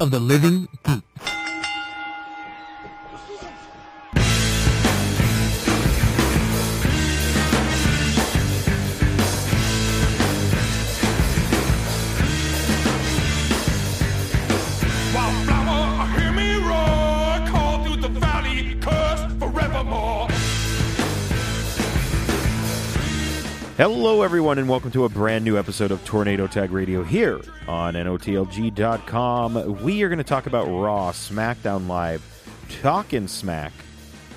of the living poop. Wildflower, hear me roar, call through the valley, curse forevermore. Hello, everyone, and welcome to a brand new episode of Tornado Tag Radio here on NOTLG.com. We are going to talk about Raw, SmackDown Live, Talkin' Smack,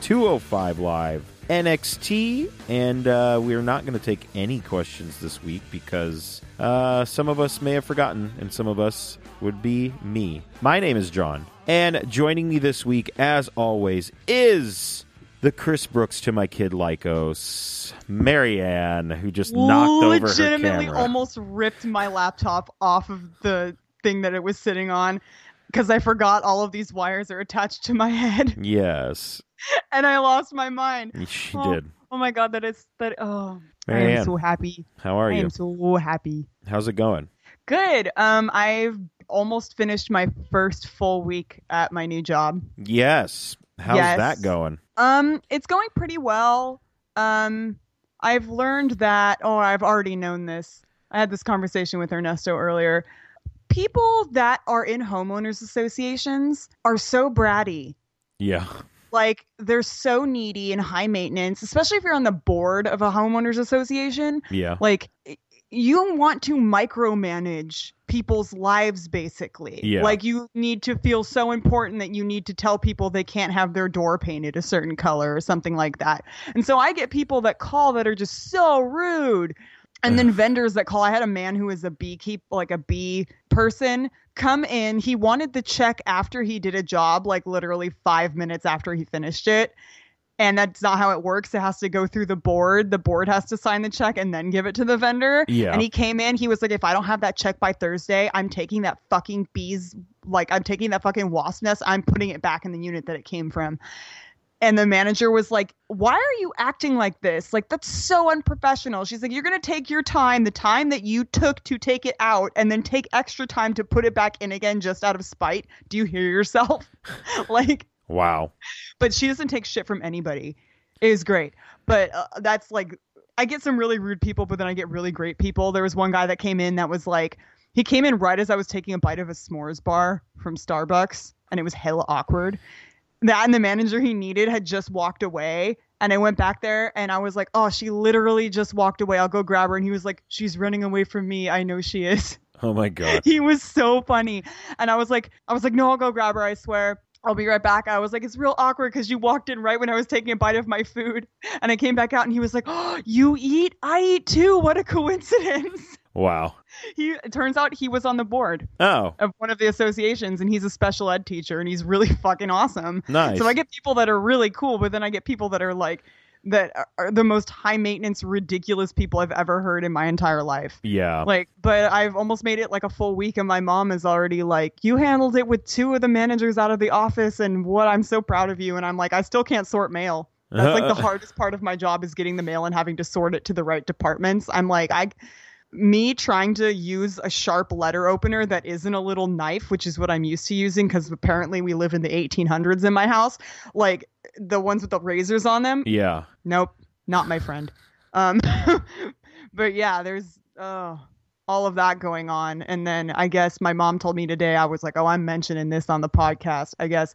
205 Live, NXT, and uh, we are not going to take any questions this week because uh, some of us may have forgotten, and some of us would be me. My name is John, and joining me this week, as always, is the Chris Brooks to my kid Lycos, Marianne, who just knocked over her legitimately camera. almost ripped my laptop off of the thing that it was sitting on because I forgot all of these wires are attached to my head yes, and I lost my mind. she Oh, did. Oh my god, that is that oh I Marianne. am so happy. How are I you? am so happy. How's it going? Good. Um I've almost finished my first full week at my new job. Yes. How's Yes. that going? Um, it's going pretty well. Um, I've learned that, or I've already known this. I had this conversation with Ernesto earlier. People that are in homeowners associations are so bratty. Yeah. Like they're so needy and high maintenance, especially if you're on the board of a homeowners association. Yeah. Like y- you want to micromanage people's lives basically. Yeah. Like you need to feel so important that you need to tell people they can't have their door painted a certain color or something like that. And so I get people that call that are just so rude. And then vendors that call. I had a man who is a beekeep, like a bee person, come in. He wanted the check after he did a job, like literally five minutes after he finished it and that's not how it works. It has to go through the board. The board has to sign the check and then give it to the vendor. Yeah. And he came in. He was like, "If I don't have that check by Thursday, I'm taking that fucking bees, like I'm taking that fucking wasp nest. I'm putting it back in the unit that it came from." And the manager was like, "Why are you acting like this? Like that's so unprofessional." She's like, "You're gonna take your time, the time that you took to take it out, and then take extra time to put it back in again, just out of spite. Do you hear yourself? like." Wow. but she doesn't take shit from anybody. It is great, but uh, that's like I get some really rude people, but then I get really great people. There was one guy that came in that was like he came in right as I was taking a bite of a s'mores bar from Starbucks, and it was hella awkward. That and the manager he needed had just walked away. And I went back there and I was like, oh, she literally just walked away. I'll go grab her. And he was like, she's running away from me. I know she is Oh my god. he was so funny and i was like i was like no i'll go grab her i swear i'll be right back i was like it's real awkward because you walked in right when i was taking a bite of my food and i came back out and he was like oh you eat i eat too what a coincidence Wow. he it turns out he was on the board Oh, of one of the associations and he's a special ed teacher and he's really fucking awesome nice. so i get people that are really cool but then i get people that are like that are- are the most high maintenance ridiculous people i've ever heard in my entire life Yeah. like but i've almost made it like a full week and my mom is already like you handled it with two of the managers out of the office and what i'm so proud of you and i'm like i still can't sort mail that's like the hardest part of my job is getting the mail and having to sort it to the right departments i'm like i me trying to use a sharp letter opener that isn't a little knife which is what i'm used to using because apparently we live in the 1800s in my house like the ones with the razors on them Yeah. Nope, not my friend. Um, but yeah, there's oh, all of that going on. And then I guess my mom told me today, I was like, oh, I'm mentioning this on the podcast. I guess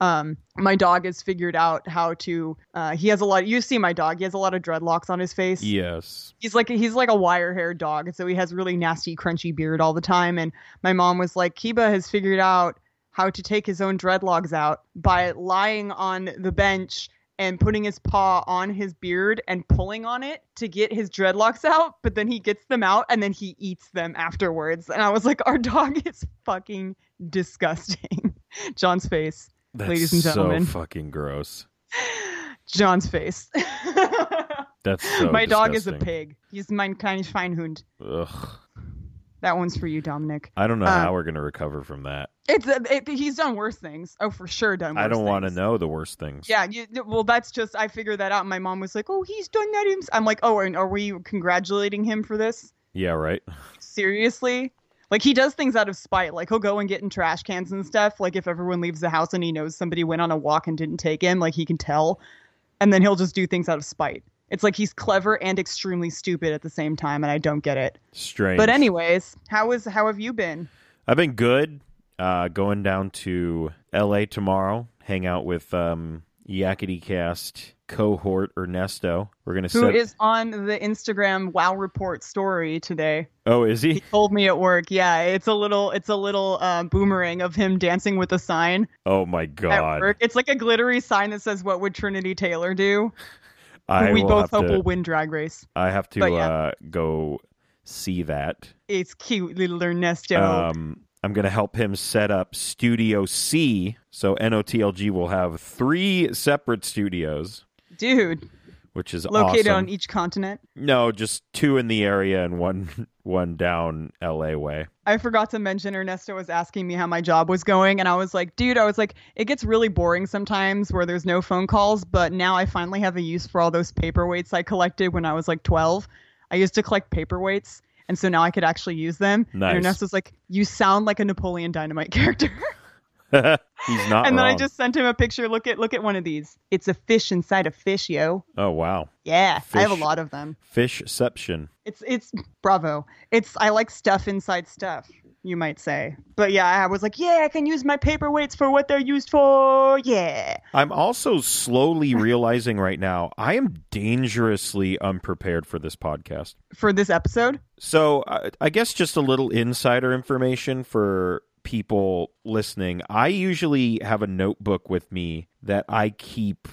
um, my dog has figured out how to. Uh, he has a lot. You see my dog. He has a lot of dreadlocks on his face. Yes. He's like he's like a wire haired dog, and so he has really nasty, crunchy beard all the time. And my mom was like, Kiba has figured out how to take his own dreadlocks out by lying on the bench and putting his paw on his beard and pulling on it to get his dreadlocks out. But then he gets them out and then he eats them afterwards. And I was like, our dog is fucking disgusting. John's face, That's Ladies and gentlemen. so fucking gross. John's face. That's so my dog is a disgusting. pig. He's mein kleines Schweinhund. Ugh. That one's for you, Dominic. I don't know Uh, how we're gonna recover from that. It's uh, it, he's done worse things. Oh, for sure done. Worse I don't want to things. know the worst things. Yeah, you, well, that's just I figured that out. And my mom was like, "Oh, he's done that." Himself. I'm like, "Oh, and are we congratulating him for this? Yeah. Right. Seriously?" Like he does things out of spite. Like he'll go and get in trash cans and stuff. Like if everyone leaves the house and he knows somebody went on a walk and didn't take him, like he can tell. And then he'll just do things out of spite. It's like he's clever and extremely stupid at the same time, and I don't get it. Strange. But anyways, how is how have you been? I've been good. Uh, going down to L.A. tomorrow, hang out with um, Yakety Cast cohort Ernesto. We're gonna Who is set. on the Instagram Wow Report story today? oh, is he? Told me at work. Yeah, it's a little it's a little uh, boomerang of him dancing with a sign Oh my at god! work. It's like a glittery sign that says "What would Trinity Taylor do?" I we will both have hope to, will win Drag Race. I have to but yeah. uh, go see that. It's cute, little Ernesto. Um, I'm going to help him set up Studio C. So NOTLG will have three separate studios, Dude, which is located awesome. on E- each continent. no, just two in the area and one one down LA way. I forgot to mention Ernesto was asking me how my job was going, and I was like, dude, I was like, it gets really boring sometimes where there's no phone calls, but now I finally have a use for all those paperweights I collected when I was like 12. I used to collect paperweights, and so now I could actually use them. Nice. And Ernesto's like, you sound like a Napoleon Dynamite character. He's not. and then I wrong. just sent him a picture. Look at look at one of these. It's a fish inside a fish, yo. Oh wow, Yeah, I have a Fish. lot of them. fishception. It's it's bravo. It's I like stuff inside stuff, you might say. But yeah, I was like, yeah, I can use my paperweights for what they're used for. Yeah. I'm also slowly realizing right now I am dangerously unprepared for this podcast. For this episode, So I, I guess just a little insider information for people listening. I usually have a notebook with me that I keep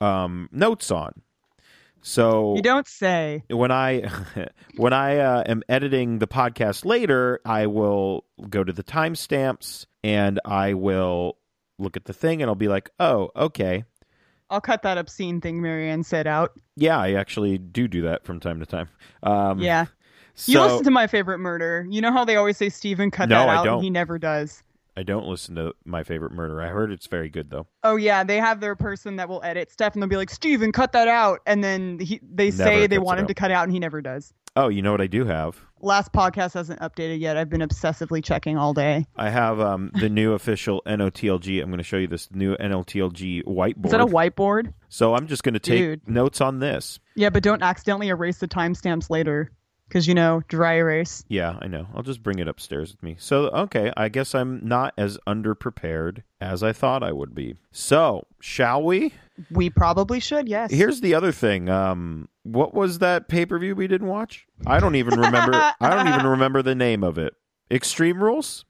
um, notes on. So you don't say. when I when I uh, am editing the podcast later, I will go to the timestamps and I will look at the thing and I'll be like, "Oh, okay, I'll cut that obscene thing Marianne said out. yeah, I actually do do that from time to time." Um, yeah. so You listen to my favorite murder. You know how they always say Steven cut No, that I out don't. and he never does. I don't listen to my favorite murder. I heard it's very good though. Oh yeah, they have their person that will edit stuff and they'll be like, Steven, cut that out and then he, they Never say they cuts it want him out. to cut out and he never does. Oh, you know what I do have? Last podcast hasn't updated yet. I've been obsessively checking all day. I have um, the new official NOTLG. I'm going to show you this new NOTLG whiteboard. Is that a whiteboard? so I'm just going to take Dude. notes on this. Yeah, but don't accidentally erase the timestamps later because, you know, dry erase. Yeah, I know. I'll just bring it upstairs with me. So, okay, I guess I'm not as underprepared as I thought I would be. So, shall we? We probably should, yes. Here's the other thing. Um, what was that pay per view we didn't watch? I don't even remember. I don't even remember the name of it. Extreme Rules.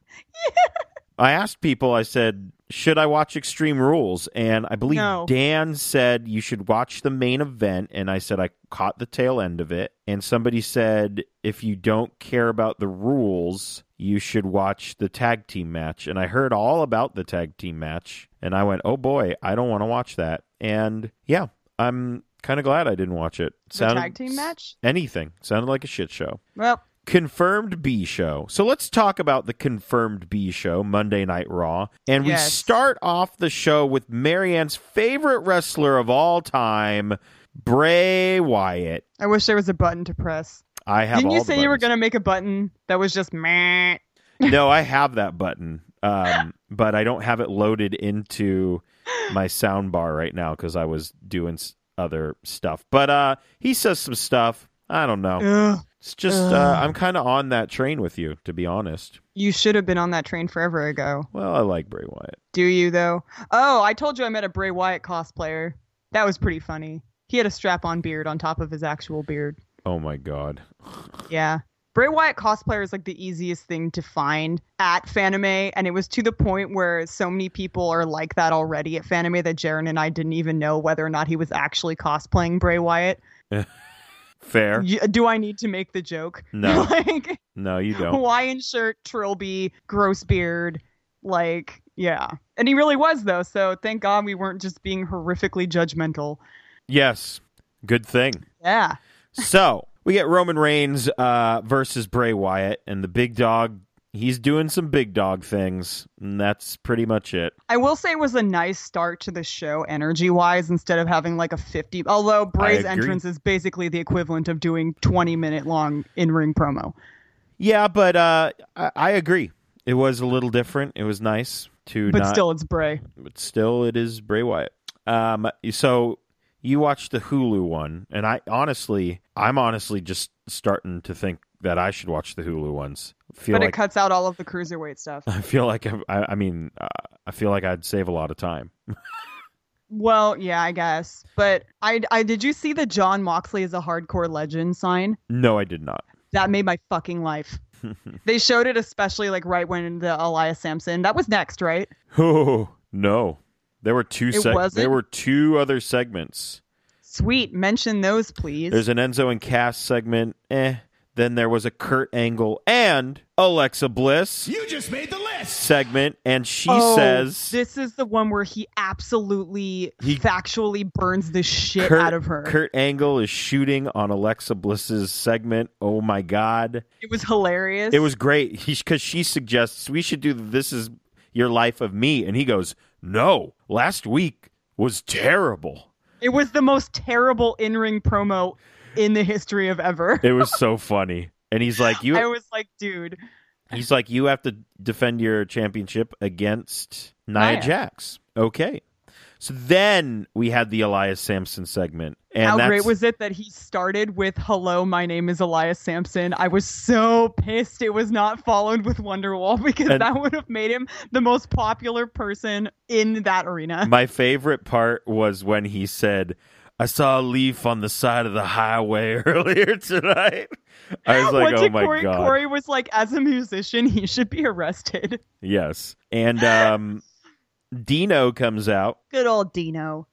I asked people. I said, "Should I watch Extreme Rules?" And I believe No. Dan said you should watch the main event. And I said I caught the tail end of it. And somebody said if you don't care about the rules, you should watch the tag team match. And I heard all about the tag team match. And I went, "Oh boy, I don't want to watch that." And yeah, I'm kind of glad I didn't watch it. the tag team match? Anything sounded like a shit show. Well, Confirmed B show. So let's talk about the confirmed B show, Monday Night Raw. And we Yes. start off the show with Marianne's favorite wrestler of all time, Bray Wyatt. I wish there was a button to press. I have Didn't you all the say you were buttons. going to make a button that was just meh? No, I have that button. Um, but I don't have it loaded into my sound bar right now because I was doing s- other stuff. But uh, he says some stuff. I don't know. Ugh. It's just uh, I'm kind of on that train with you, to be honest. You should have been on that train forever ago. Well, I like Bray Wyatt. Do you, though? Oh, I told you I met a Bray Wyatt cosplayer. That was pretty funny. He had a strap on beard on top of his actual beard. Oh my god. Yeah. Bray Wyatt cosplayer is like the easiest thing to find at Fanime, and it was to the point where so many people are like that already at Fanime that Jaren and I didn't even know whether or not he was actually cosplaying Bray Wyatt. Fair? Y- Do I need to make the joke? No. like No, you don't. Hawaiian shirt, trilby, gross beard, like yeah. And he really was though, so thank God we weren't just being horrifically judgmental. Yes. Good thing. Yeah. So we get Roman Reigns uh, versus Bray Wyatt, and the big dog. He's doing some big dog things, and that's pretty much it. I will say it was a nice start to the show energy wise instead of having like a 50. Although Bray's agree. entrance is basically the equivalent of doing 20 minute long in ring promo. Yeah, but uh, I, I agree. It was a little different. It was nice to but not, still, it's Bray. but still, it is Bray Wyatt. Um, so you watched the Hulu one, and I honestly, I'm honestly just starting to think that I should watch the Hulu ones. Feel But like it cuts out all of the cruiserweight stuff. I feel like I, I, I mean, uh, I feel like I'd save a lot of time. Well, yeah, I guess. But I, I did you see the John Moxley is a hardcore legend sign? No, I did not. That made my fucking life. they showed it especially like right when the Elias Sampson. That was next, right? Oh no, there were two. It Seg- wasn't? there were two other segments. Sweet, mention those please. There's an Enzo and Cass segment. Eh. Then there was a Kurt Angle and Alexa Bliss You just made the list. segment, and she Oh, says this is the one where he absolutely He- factually burns the shit Kurt, out of her. Kurt Angle is shooting on Alexa Bliss's segment. Oh my god, it was hilarious. it was great because she suggests we should do the this is your life of me, and he goes, "No, last week was terrible." It was the most terrible in-ring promo in the history of ever. It was so funny, and he's like, "You I was like, dude, He's like, you have to defend your championship against Nia Nia. Jax. Okay. So then we had the Elias Sampson segment, and how that's, great was it that he started with "Hello, my name is Elias Sampson." I was so pissed it was not followed with Wonderwall because And- that would have made him the most popular person in that arena. my favorite part was when he said, "I saw a leaf on the side of the highway earlier tonight." I was like, Once "Oh my Corey, god, Corey was like, as a musician, he should be arrested. yes!" And um, Dino comes out, Good old Dino.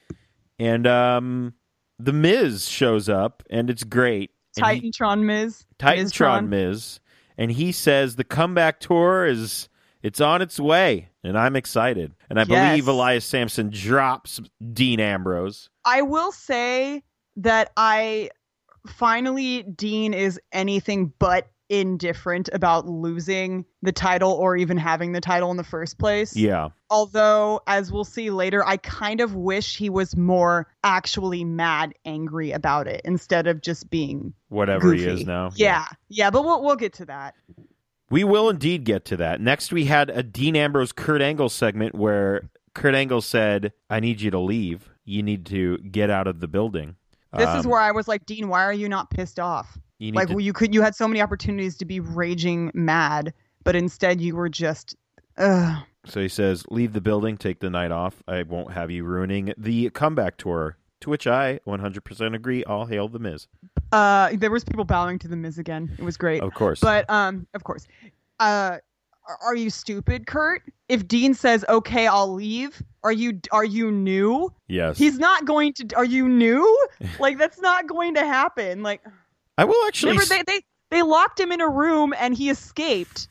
and um, the Miz shows up, and it's great. And he- Titantron Miz. Titantron Miz, and he says the comeback tour is it's on its way, and I'm excited. And I Yes. believe Elias Sampson drops Dean Ambrose. I will say that I finally Dean is anything but indifferent about losing the title or even having the title in the first place. Yeah, Although, as we'll see later, I kind of wish he was more actually mad, angry about it instead of just being whatever he goofy. is now. Yeah, yeah, but we'll we'll get to that. we will indeed get to that. Next, we had a Dean Ambrose Kurt Angle segment where Kurt Angle said, "I need you to leave. You need to get out of the building." This is Um, where I was like, Dean, why are you not pissed off? you need Like to- well, you could you had so many opportunities to be raging mad, but instead you were just. Ugh. So he says, Leave the building, take the night off. I won't have you ruining the comeback tour. To which I 100% agree. All hail the Miz. Uh, there was people bowing to the Miz again. It was great. Of course. But um, of course, uh, are- are you stupid, Kurt? If Dean says, "Okay, I'll leave," are you are you new? yes. He's not going to. Are you new? Like that's not going to happen. Like I will actually. remember s- they they they locked him in a room and he escaped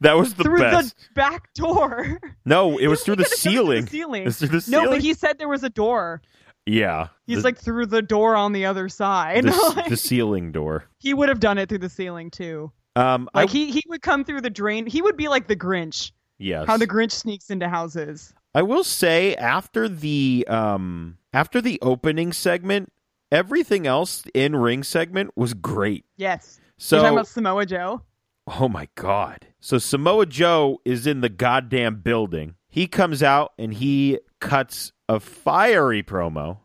that was the through best. the back door. No, it was through the He could've done it ceiling. through It ceiling. was through the No, ceiling. but he said there was a door. Yeah. He's The- like through the door on the other side. the, s- Like, the ceiling door. he would have done it through the ceiling too. Um, Like I, he he would come through the drain. He would be like the Grinch. yes. How the Grinch sneaks into houses. I will say after the um after the opening segment, everything else in ring segment was great. Yes. So You're talking about Samoa Joe. Oh my God. So Samoa Joe is in the goddamn building. He comes out and he cuts a fiery promo,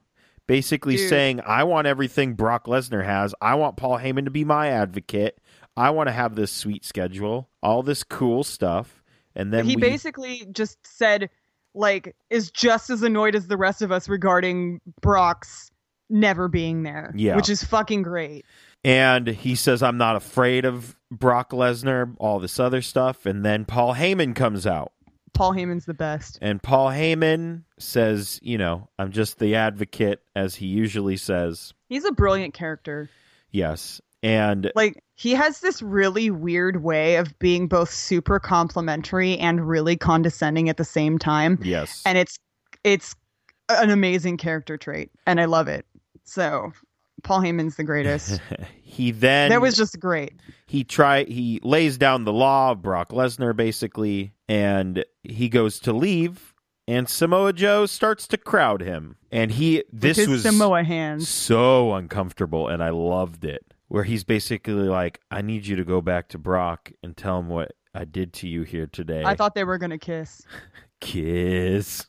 basically Dude. saying, I want everything Brock Lesnar has. I want Paul Heyman to be my advocate. I want to have this sweet schedule, all this cool stuff. And then he we- basically just said, like, is just as annoyed as the rest of us regarding Brock's never being there. Yeah. Which is fucking great. and he says, I'm not afraid of Brock Lesnar, all this other stuff. And then Paul Heyman comes out. Paul Heyman's the best. And Paul Heyman says, you know, I'm just the advocate, as he usually says. He's a brilliant character. Yes. And Like, he has this really weird way of being both super complimentary and really condescending at the same time. yes. and it's it's an amazing character trait, and I love it. So Paul Heyman's the greatest. he then that was just great. he try he lays down the law of Brock Lesnar basically and he goes to leave and Samoa Joe starts to crowd him and he this His was Samoa hands. so uncomfortable and I loved it. where he's basically like, I need you to go back to Brock and tell him what I did to you here today. I thought they were gonna kiss. Kiss.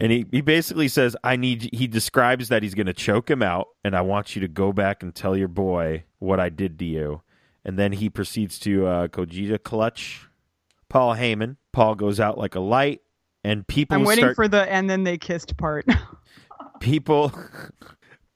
And he, he basically says, I need, he describes that he's going to choke him out, and I want you to go back and tell your boy what I did to you. And then he proceeds to uh, Kojita clutch Paul Heyman. Paul goes out like a light, and people I'm waiting start, for the and then they kissed part. people,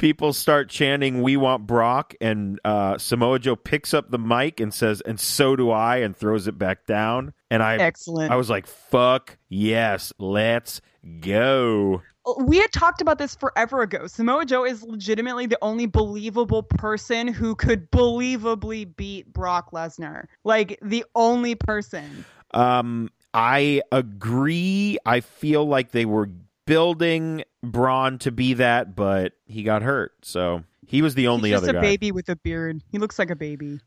people start chanting, We want Brock. And uh, Samoa Joe picks up the mic and says, And so do I, and throws it back down. And I, Excellent. I was like, Fuck, yes, let's go. we had talked about this forever ago. Samoa Joe is legitimately the only believable person who could believably beat Brock Lesnar. Like the only person. Um, I agree. I feel like they were building Braun to be that, but he got hurt, so he was the only He's just other a guy. baby with a beard. He looks like a baby.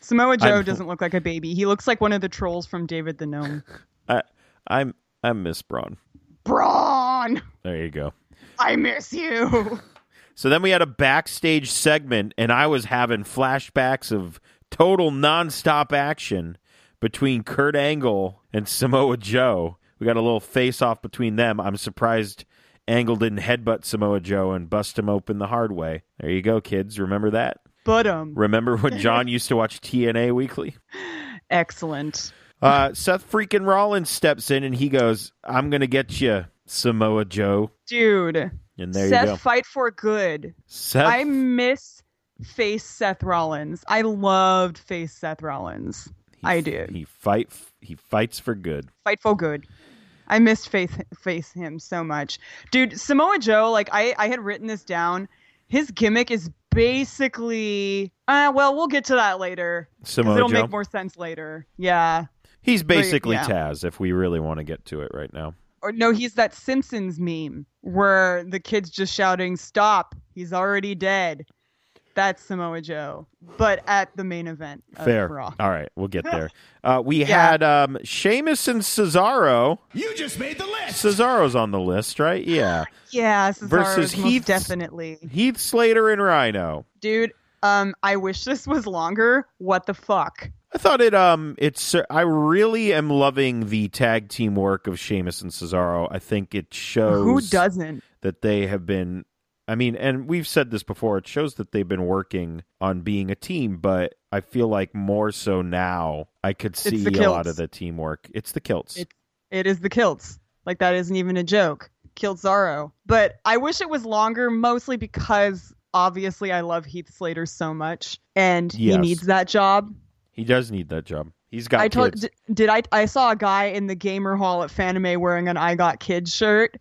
Samoa Joe I'm- doesn't look like a baby. He looks like one of the trolls from David the Gnome. I, I'm I miss Braun. Braun, There you go. I miss you. So then we had a backstage segment, and I was having flashbacks of total nonstop action between Kurt Angle and Samoa Joe. We got a little face off between them. I'm surprised Angle didn't headbutt Samoa Joe and bust him open the hard way. There you go, kids. Remember that? But um, Remember when John used to watch TNA weekly? excellent. Uh, Seth freaking Rollins steps in and he goes, "I'm gonna get you, Samoa Joe." Dude, And there Seth you go. fight for good. Seth, I miss face Seth Rollins. I loved face Seth Rollins. he, I do. He fight. He fights for good. Fight for good. I missed face face him so much. Dude, Samoa Joe, like I I had written this down. His gimmick is basically uh well, we'll get to that later. 'cause Samoa it'll Joe. make more sense later. Yeah. He's basically yeah. Taz. If we really want to get to it right now, Or no, he's that Simpsons meme where the kid's just shouting, Stop, he's already dead. That's Samoa Joe. But at the main event of fair. Uh, Raw. All right, we'll get there. Uh, we Yeah. had um, Sheamus and Cesaro. You just made the list. Cesaro's on the list, right? Yeah. Yeah, Cesaro's Versus most Heath's- definitely. Heath Slater and Rhino. Dude, um, I wish this was longer. What the fuck? I thought it. Um, it's. I really am loving the tag team work of Sheamus and Cesaro. I think it shows Who doesn't? that they have been. I mean, and we've said this before. It shows that they've been working on being a team, but I feel like more so now. I could the see a kilts. lot of the teamwork. It's the kilts. It's- It is the kilts. Like that isn't even a joke. Killed Zorro. But I wish it was longer mostly because obviously I love Heath Slater so much and he Yes. needs that job. he does need that job. He's got I told kids. d- did I I saw a guy in the gamer hall at Fanime wearing an I got kids shirt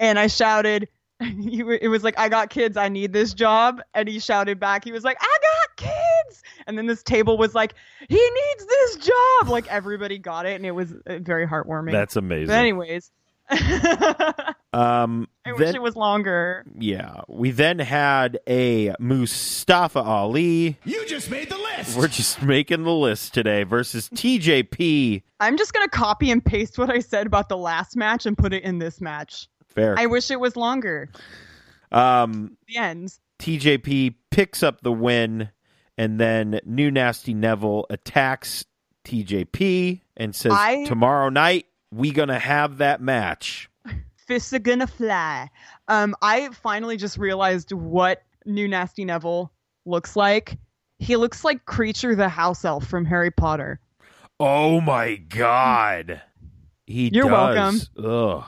and I shouted you were- it was like I got kids I need this job and he shouted back he was like I got kids and then this table was like he needs this job like everybody got it and it was uh, very heartwarming That's amazing. but anyways I um, wish then- it was longer yeah, we then had a Mustafa Ali. You just made the list. We're just making the list today versus TJP. I'm just going to copy and paste what I said about the last match and put it in this match Fair. I wish it was longer Um, the end TJP picks up the win, and then New Nasty Neville attacks TJP and says, I- "Tomorrow night, we gonna have that match." fists are gonna fly. Um, I finally just realized what new Nasty Neville looks like. He looks like Creature the House Elf from Harry Potter. Oh my god! He You're does. Ugh.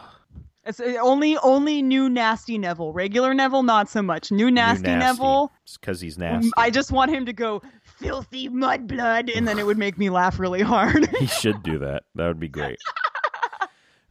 It's uh, only only new Nasty Neville. Regular Neville, not so much. New Nasty, New Neville. because he's um, nasty. I just want him to go filthy mudblood, and then it would make me laugh really hard. he should do that. That would be great.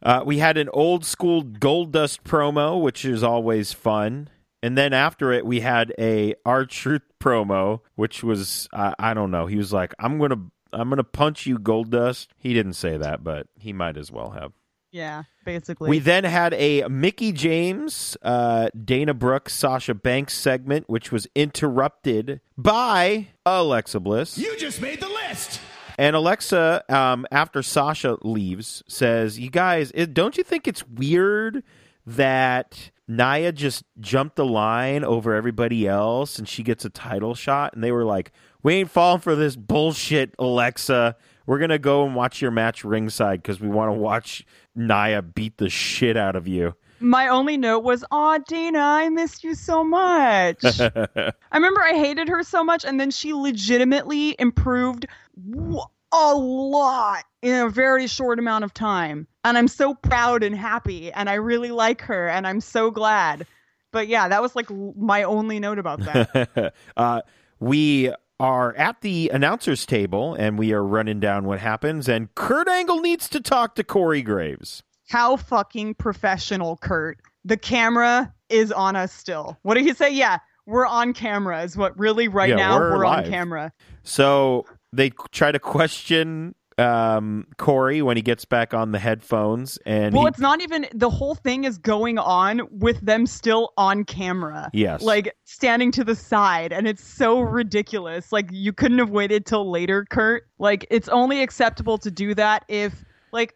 Uh, we had an old school Gold Dust promo, which is always fun. And then after it, we had a R Truth promo, which was I I don't know. He was like, "I'm gonna, I'm gonna punch you, Gold Dust." He didn't say that, but he might as well have. yeah, basically. We then had a Mickey James, uh, Dana Brooke, Sasha Banks segment, which was interrupted by Alexa Bliss. You just made the list. And Alexa, um, after Sasha leaves, says, "You guys, it, don't you think it's weird that Naya just jumped the line over everybody else and she gets a title shot. And they were like, We ain't falling for this bullshit, Alexa. We're going to go and watch your match ringside because we want to watch Naya beat the shit out of you. My only note was, "Aw, Dana, I missed you so much." I remember I hated her so much, and then she legitimately improved w- a lot in a very short amount of time. And I'm so proud and happy, and I really like her, and I'm so glad. But yeah, that was like l- my only note about that. uh, we are at the announcers table and we are running down what happens. And Kurt Angle needs to talk to Corey Graves. How fucking professional, Kurt. The camera is on us still. What did he say? Yeah, we're on camera, is what really right Yeah, now we're we're on live. camera. So they try to question um, Corey when he gets back on the headphones, and Well, he- it's not even the whole thing is going on with them still on camera. Yes. Like standing to the side and it's so ridiculous. Like you couldn't have waited till later, Kurt. Like it's only acceptable to do that if like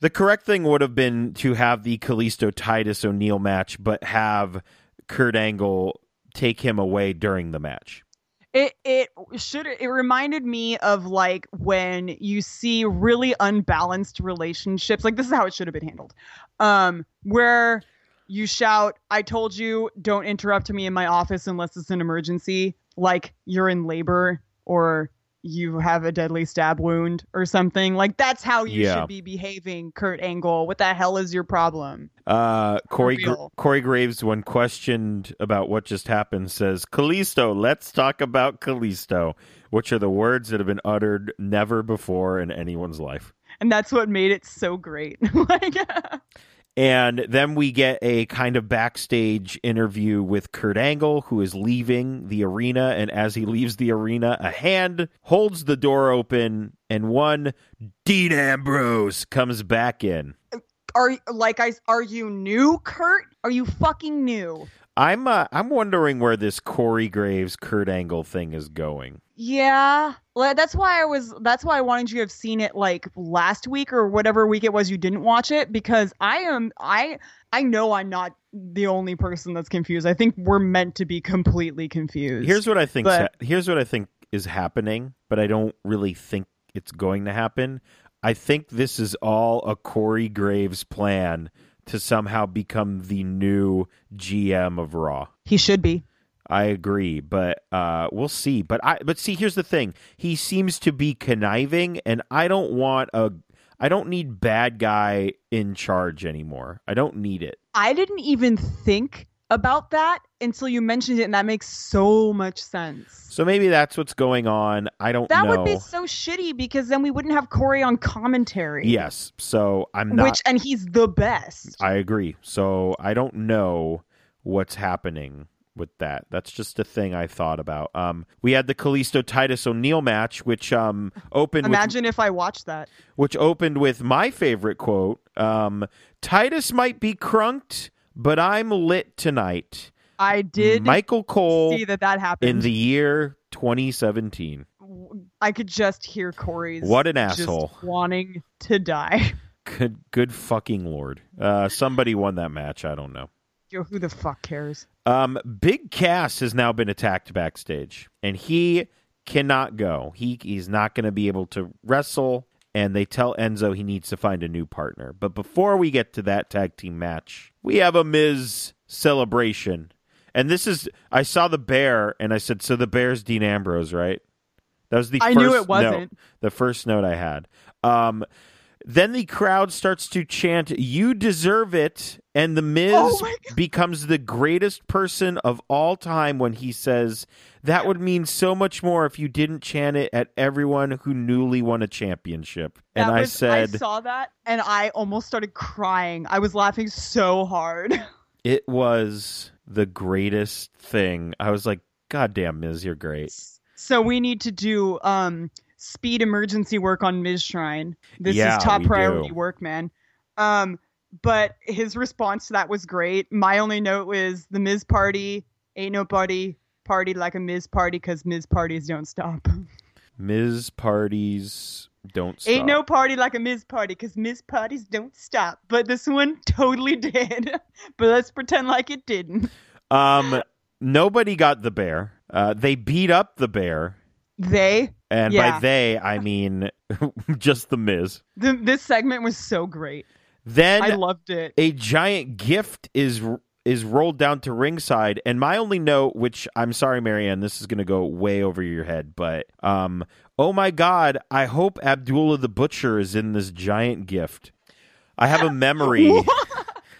the correct thing would have been to have the Kalisto Titus O'Neil match, but have Kurt Angle take him away during the match. it it should it reminded me of like when you see really unbalanced relationships like this is how it should have been handled um where you shout i told you don't interrupt me in my office unless it's an emergency like you're in labor or you have a deadly stab wound or something like that's how you Yeah. should be behaving kurt angle what the hell is your problem Uh, Corey Gr- Real. Corey Graves, when questioned about what just happened, says, "Kalisto, let's talk about Kalisto," which are the words that have been uttered never before in anyone's life. and that's what made it so great like And then we get a kind of backstage interview with Kurt Angle, who is leaving the arena. And as he leaves the arena, a hand holds the door open, and one Dean Ambrose comes back in. are like I are you new, Kurt? Are you fucking new? I'm uh, I'm wondering where this Corey Graves Kurt Angle thing is going. Yeah, Well, that's why I was. That's why I wanted you to have seen it like last week or whatever week it was you didn't watch it because I am. I I know I'm not the only person that's confused. I think we're meant to be completely confused. Here's what I think. But- here's what I think is happening, but I don't really think it's going to happen. I think this is all a Corey Graves plan to somehow become the new GM of Raw. he should be. I agree, but uh, we'll see. But I but see, here's the thing: he seems to be conniving, and I don't want a. I don't need bad guy in charge anymore. I don't need it. I didn't even think about that until you mentioned it, and that makes so much sense. So maybe that's what's going on. I don't That know. would be so shitty because then we wouldn't have Corey on commentary. yes. So I'm not. Which and he's the best. I agree. So I don't know what's happening with that. That's just a thing I thought about. Um, we had the Kalisto Titus O'Neil match, which um opened with, Imagine if I watched that. which opened with my favorite quote. Um, Titus might be crunked, but I'm lit tonight. I did Michael Cole see that that happened. in the year 2017. I could just hear Corey's What an just asshole. wanting to die. Good, good fucking lord. Uh, somebody won that match. I don't know. Yo, who the fuck cares? Um, Big Cass has now been attacked backstage, and he cannot go. He he's not going to be able to wrestle. And they tell Enzo he needs to find a new partner. But before we get to that tag team match, we have a Miz celebration, and this is I saw the bear, and I said, "So the bear's Dean Ambrose, right?" That was the I first knew Note, it wasn't. the first note I had. Um, then the crowd starts to chant, "You deserve it," and the Miz Oh my God. becomes the greatest person of all time when he says, "That would mean so much more if you didn't chant it at everyone who newly won a championship." and That I was- said, I saw that and I almost started crying. I was laughing so hard. "It was the greatest thing." I was like, "God damn, Miz, you're great." So we need to do um speed emergency work on Ms. Shrine. This Yeah, is top we priority do. work, man. Um, but his response to that was great. My only note is the Ms. Party ain't nobody party like a Ms. Party because Ms. Parties don't stop. Ms. Parties don't stop. Ain't no party like a Miz party because Miz parties don't stop. But this one totally did. but let's pretend like it didn't. Um, nobody got the bear. Uh, they beat up the bear, They, and by Yeah. they I mean just the Miz. th- this segment was so great. Then I loved it. a giant gift is is rolled down to ringside and my only note which i'm sorry marianne this is going to go way over your head but um oh my god i hope abdullah the butcher is in this giant gift i have a memory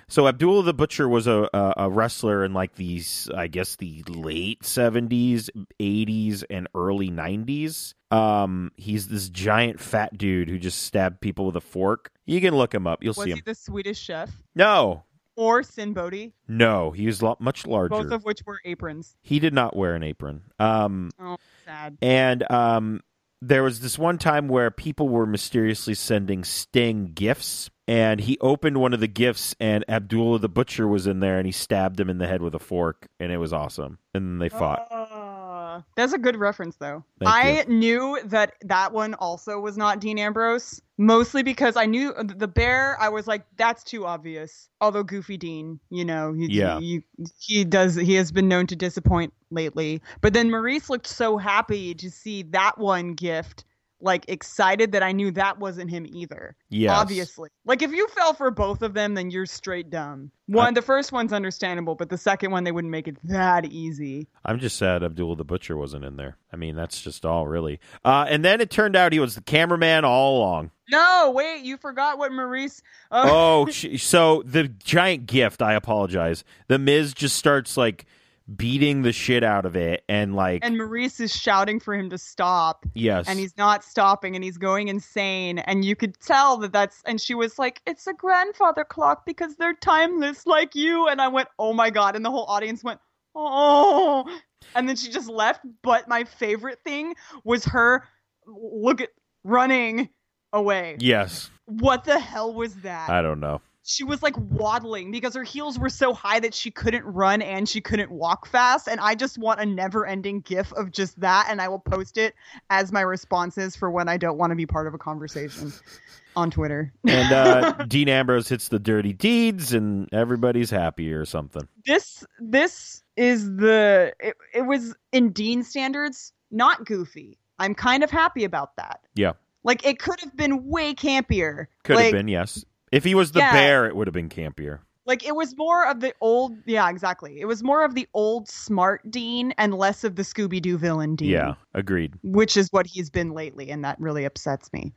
so abdullah the butcher was a, a a wrestler in like these i guess the late 70s 80s and early 90s um he's this giant fat dude who just stabbed people with a fork you can look him up you'll Was see him he the Swedish chef no or Sin Bodhi? no, he was lo- much larger. Both of which were aprons. he did not wear an apron. Um, Oh, sad. and um, there was this one time where people were mysteriously sending Sting gifts, and he opened one of the gifts, and Abdullah the Butcher was in there, and he stabbed him in the head with a fork, and it was awesome. And then they Oh, fought. Ah, that's a good reference, though. Thank I knew that that one also was not Dean Ambrose, mostly because I knew the bear. I was like, that's too obvious. Although Goofy Dean, you know, you, Yeah. you, he does. He has been known to disappoint lately. But then Maurice looked so happy to see that one gift, like excited that I knew that wasn't him either. Yes. Obviously. Like if you fell for both of them, then you're straight dumb. One, the first one's understandable, but the second one they wouldn't make it that easy. I'm just sad Abdullah the Butcher wasn't in there. I mean, that's just all, really. Uh, and then it turned out he was the cameraman all along. No, wait, you forgot what Maurice uh, oh, sh- so the giant gift. I apologize. The Miz just starts like beating the shit out of it, and like and Maurice is shouting for him to stop yes, and he's not stopping and he's going insane and you could tell that that's and she was like it's a grandfather clock because they're timeless like you and I went, "Oh my god." And the whole audience went, "Oh." And then she just left, but my favorite thing was her look at running away. yes. What the hell was that? I don't know. she was like waddling because her heels were so high that she couldn't run and she couldn't walk fast. And I just want a never ending gif of just that. And I will post it as my responses for when I don't want to be part of a conversation on Twitter. And uh, Dean Ambrose hits the dirty deeds, and everybody's happy or something. This, this is the, it, it was in Dean standards, not goofy. I'm kind of happy about that. Yeah. Like it could have been way campier. Could Like, have been yes. If he was the Yeah. bear, it would have been campier. like it was more of the old yeah exactly it was more of the old smart dean and less of the scooby-doo villain dean Yeah, agreed. which is what he's been lately and that really upsets me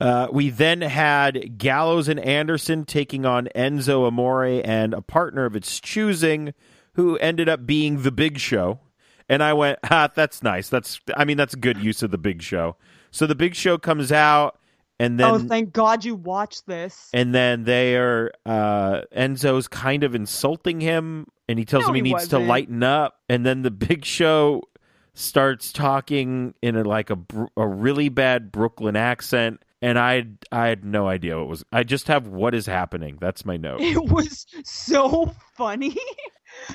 Uh, we then had Gallows and Anderson taking on Enzo Amore and a partner of its choosing, who ended up being the Big Show. And I went, ah, that's nice. That's, I mean, that's good use of the Big Show. So the Big Show comes out, and then oh thank god you watched this and then they are uh, Enzo's kind of insulting him, and he tells No, him he, he needs to wasn't. lighten up. And then the Big Show starts talking in a, like a br- a really bad Brooklyn accent, and I I had no idea what was. I just have what is happening. That's my note. it was so funny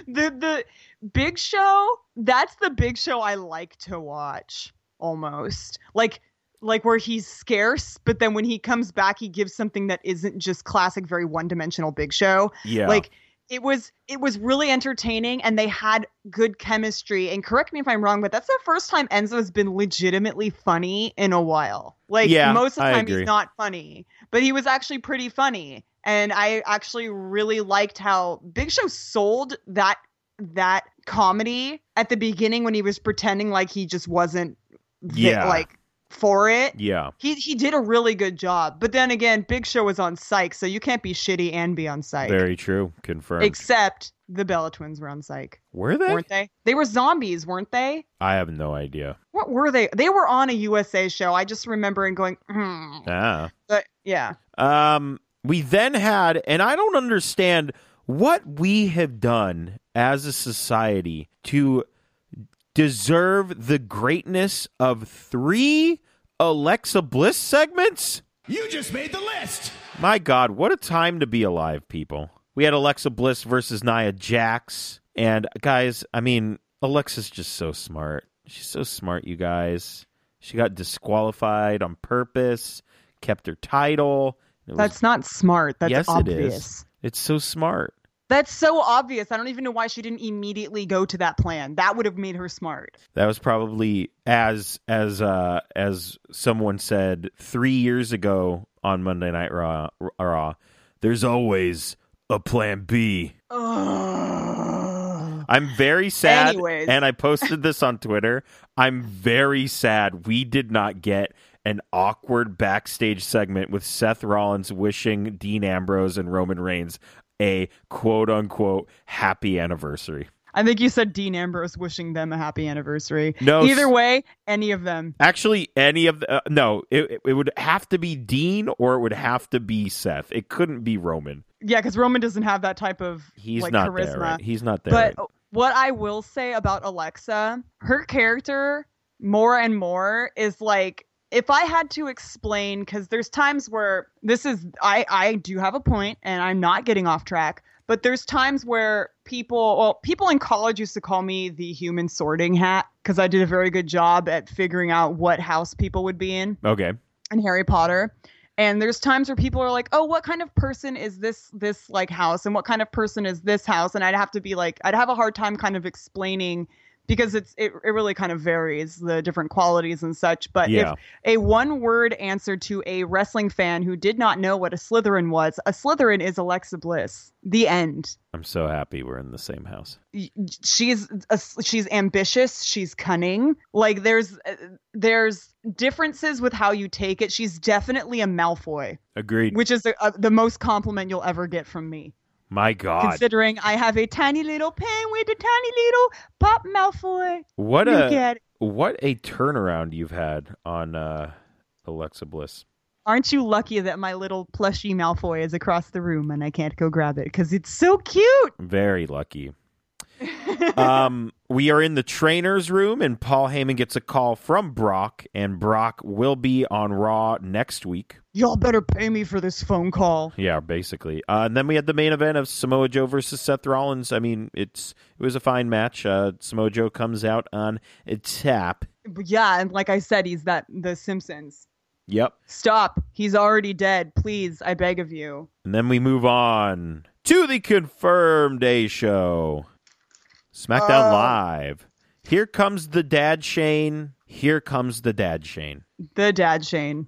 the the big show that's the big show i like to watch almost like like where he's scarce but then when he comes back he gives something that isn't just classic very one-dimensional big show Yeah, Like it was it was really entertaining and they had good chemistry. And correct me if I'm wrong, but that's the first time Enzo's been legitimately funny in a while. Like Yeah, most of the I time agree. he's not funny. But he was actually pretty funny. And I actually really liked how Big Show sold that that comedy at the beginning when he was pretending like he just wasn't thi- Yeah. like for it. yeah, He he did a really good job. But then again, Big Show was on psych, so you can't be shitty and be on psych. very true. Confirmed. Except the Bella twins were on psych, were they? weren't they? They were zombies, weren't they? I have no idea. What were they? They were on a USA show. I just remember and going, hmm. Ah. But yeah, Um, we then had, and I don't understand what we have done as a society to deserve the greatness of three Alexa Bliss segments. You just made the list. My God, what a time to be alive, people. We had Alexa Bliss versus Nia Jax. And guys, I mean, Alexa's just so smart. She's so smart, you guys. She got disqualified on purpose, kept her title. It was- That's not smart. That's yes, obvious. it is. It's so smart. That's so obvious. I don't even know why she didn't immediately go to that plan. That would have made her smart. That was probably as as uh as someone said 3 years ago on Monday Night Raw, Raw there's always a plan B. Ugh. I'm very sad. Anyways. And I posted this on Twitter. I'm very sad we did not get an awkward backstage segment with Seth Rollins wishing Dean Ambrose and Roman Reigns a quote unquote happy anniversary. I think you said Dean Ambrose wishing them a happy anniversary. No, Either s- way, any of them. Actually, any of the uh, no, it, it would have to be Dean or it would have to be Seth. It couldn't be Roman. Yeah, because Roman doesn't have that type of He's like, not charisma. there. Right? He's not there. But right? what I will say about Alexa, her character more and more is like if I had to explain cuz there's times where this is I I do have a point and I'm not getting off track, but there's times where people well people in college used to call me the human sorting hat cuz I did a very good job at figuring out what house people would be in Okay. and Harry Potter. And there's times where people are like, "Oh, what kind of person is this this like house and what kind of person is this house?" And I'd have to be like I'd have a hard time kind of explaining because it's it, it really kind of varies the different qualities and such, but Yeah. if a one word answer to a wrestling fan who did not know what a Slytherin was, a Slytherin is Alexa Bliss. The end. I'm so happy we're in the same house. Y- she's a, she's ambitious she's cunning like there's uh, there's differences with how you take it she's definitely a malfoy Agreed. which is a, a, the most compliment you'll ever get from me My God. considering i have a tiny little pen with a tiny little pop malfoy What You a get it. what a turnaround you've had on uh, Alexa Bliss. aren't you lucky that my little plushy malfoy is across the room and i can't go grab it because it's so cute Very lucky. um, we are in the trainer's room, and Paul Heyman gets a call from Brock, and Brock will be on Raw next week. y'all better pay me for this phone call Yeah, basically. Uh, and then we had the main event of Samoa Joe versus Seth Rollins. I mean, it's it was a fine match. Uh, Samoa Joe comes out on tap. but yeah and like i said he's that the simpsons Yep. Stop. He's already dead. Please, I beg of you. And then we move on to the confirmed A show. SmackDown Oh. Live. Here comes the dad Shane. Here comes the dad Shane. The dad Shane.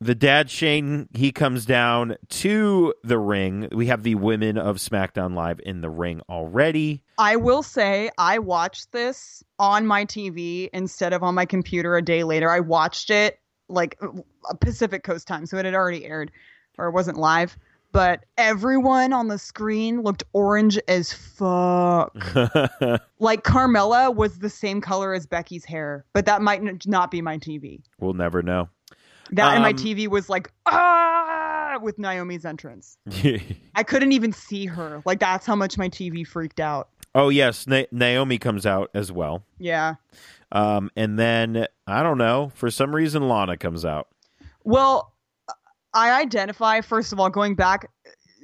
The dad Shane, he comes down to the ring. We have the women of SmackDown Live in the ring already. I will say I watched this on my TV instead of on my computer a day later. I watched it like uh, Pacific Coast time, so it had already aired or it wasn't live. But everyone on the screen looked orange as fuck. Mm-hmm. we'll Like Carmella was the same color as Becky's hair, but that might n- not be my TV. never know. That and my Um, TV was like ah with Naomi's entrance. I couldn't even see her. Like that's how much my TV freaked out. oh, yes. Na- Naomi comes out as well. Yeah. Um, and then, I don't know, for some reason, Lana comes out. Well, I identify first of all going back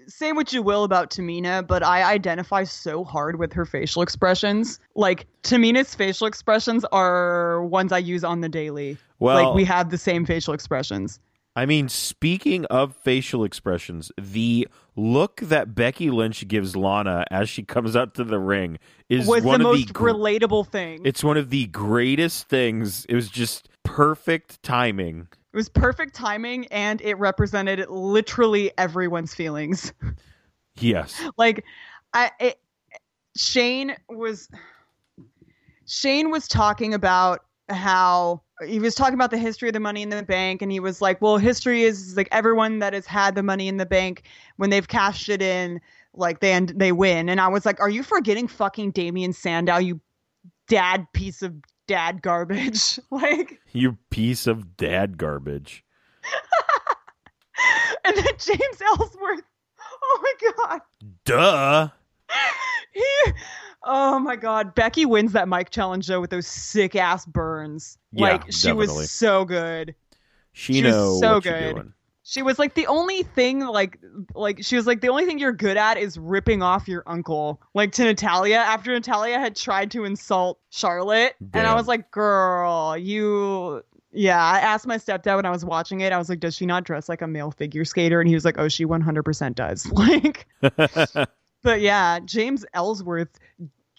say what you will about Tamina, but I identify so hard with her facial expressions. Like Tamina's facial expressions are ones I use on the daily. Well, like we have the same facial expressions. I mean, speaking of facial expressions, the look that Becky Lynch gives Lana as she comes out to the ring is Was one the of most the gr- relatable thing. it's one of the greatest things. It was just perfect timing. it was perfect timing and it represented literally everyone's feelings. Yes. like i it, shane was shane was talking about how he was talking about the history of the money in the bank and he was like well history is like everyone that has had the money in the bank when they've cashed it in like they end, they win and i was like are you forgetting fucking damien sandow you dad piece of dad garbage like You piece of dad garbage. and then james ellsworth oh my god Duh. He, oh my God, Becky wins that mic challenge though with those sick ass burns. Yeah, like she definitely. was so good. She, She was knows so what you're good. doing. She was like the only thing like like she was like the only thing you're good at is ripping off your uncle like to Natalia after Natalia had tried to insult Charlotte and I Damn. was like girl you yeah I asked my stepdad when I was watching it I was like does she not dress like a male figure skater and he was like oh she 100% does like but yeah James Ellsworth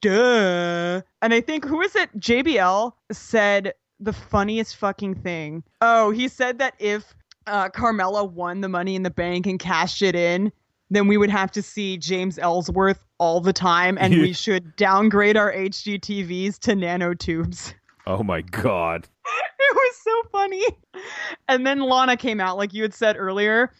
duh and I think who is it JBL said the funniest fucking thing oh he said that if uh, Carmella won the money in the bank and cashed it in, then we would have to see James Ellsworth all the time, and we should downgrade our HGTVs to nanotubes. oh my god. It was so funny. And then Lana came out, like you had said earlier.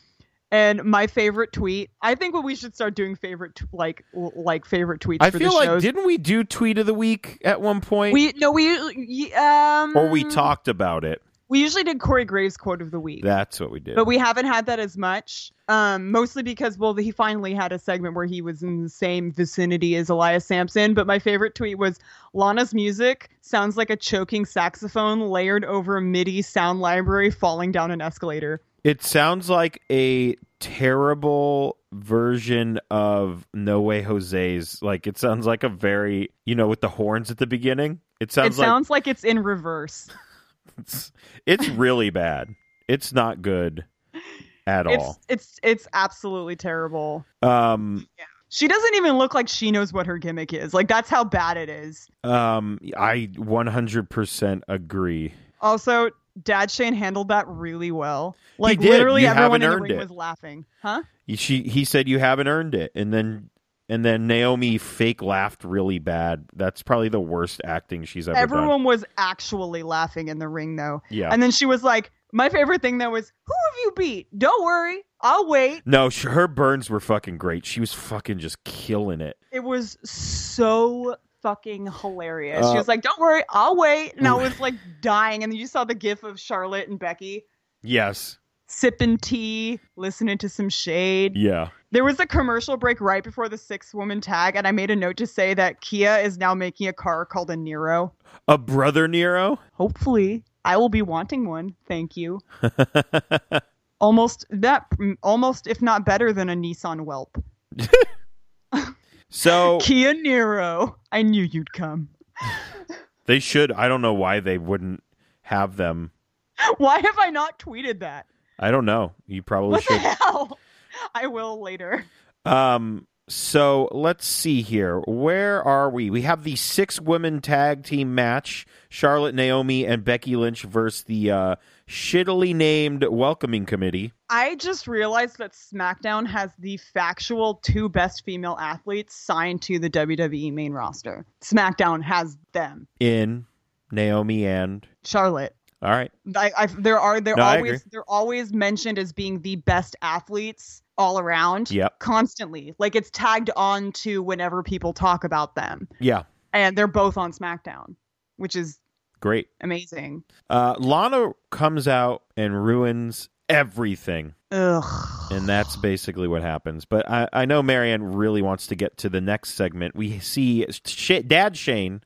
And my favorite tweet. I think what we should start doing favorite t- like l- like favorite tweets. I for feel the like shows. didn't we do tweet of the week at one point? we no we y- um or we talked about it. We usually did Corey Graves quote of the week. That's what we did. but we haven't had that as much um, mostly because well he finally had a segment where he was in the same vicinity as elias sampson but my favorite tweet was lana's music sounds like a choking saxophone layered over a midi sound library falling down an escalator It sounds like a terrible version of No Way Jose's. Like it sounds like a very, you know, with the horns at the beginning. It sounds it sounds like it's in reverse like it's, it's really bad. It's not good at it's all. it's it's absolutely terrible Um she doesn't even look like she knows what her gimmick is like that's how bad it is um I 100% agree. also dad shane handled that really well like did. literally You haven't everyone in the earned ring it. was laughing huh She he said you haven't earned it and then and then Naomi fake laughed really bad. That's probably the worst acting she's ever done. Everyone was actually laughing in the ring though. Yeah. And then she was like, my favorite thing though was, who have you beat? Don't worry, I'll wait. No, sh- her burns were fucking great. She was fucking just killing it. It was so fucking hilarious. Uh, she was like, don't worry, I'll wait. And I was like dying. And then you saw the gif of Charlotte and Becky Yes. sipping tea, listening to some shade. Yeah. There was a commercial break right before the six woman tag. And I made a note to say that Kia is now making a car called a Nero. A brother Nero? Hopefully, I will be wanting one. Thank you. almost that mm, almost if not better than a Nissan Whelp. So Kia Nero. I knew you'd come. they should. I don't know why they wouldn't have them. Why have I not tweeted that? I don't know. You probably What the should. hell? I will later. Um so let's see here. Where are we? We have the six women tag team match, Charlotte Naomi and Becky Lynch versus the uh shittily named welcoming committee. I just realized that SmackDown has the factual two best female athletes signed to the WWE main roster. SmackDown has them. In Naomi and Charlotte. all right. I, I, there are they're No, I agree. always they're always mentioned as being the best athletes all around. Yep. Constantly. Like it's tagged on to whenever people talk about them. Yeah. And they're both on SmackDown, which is Great. amazing. Uh Lana comes out and ruins everything. Ugh. And that's basically what happens. But I, I know Marianne really wants to get to the next segment. We see Sh- Dad Shane.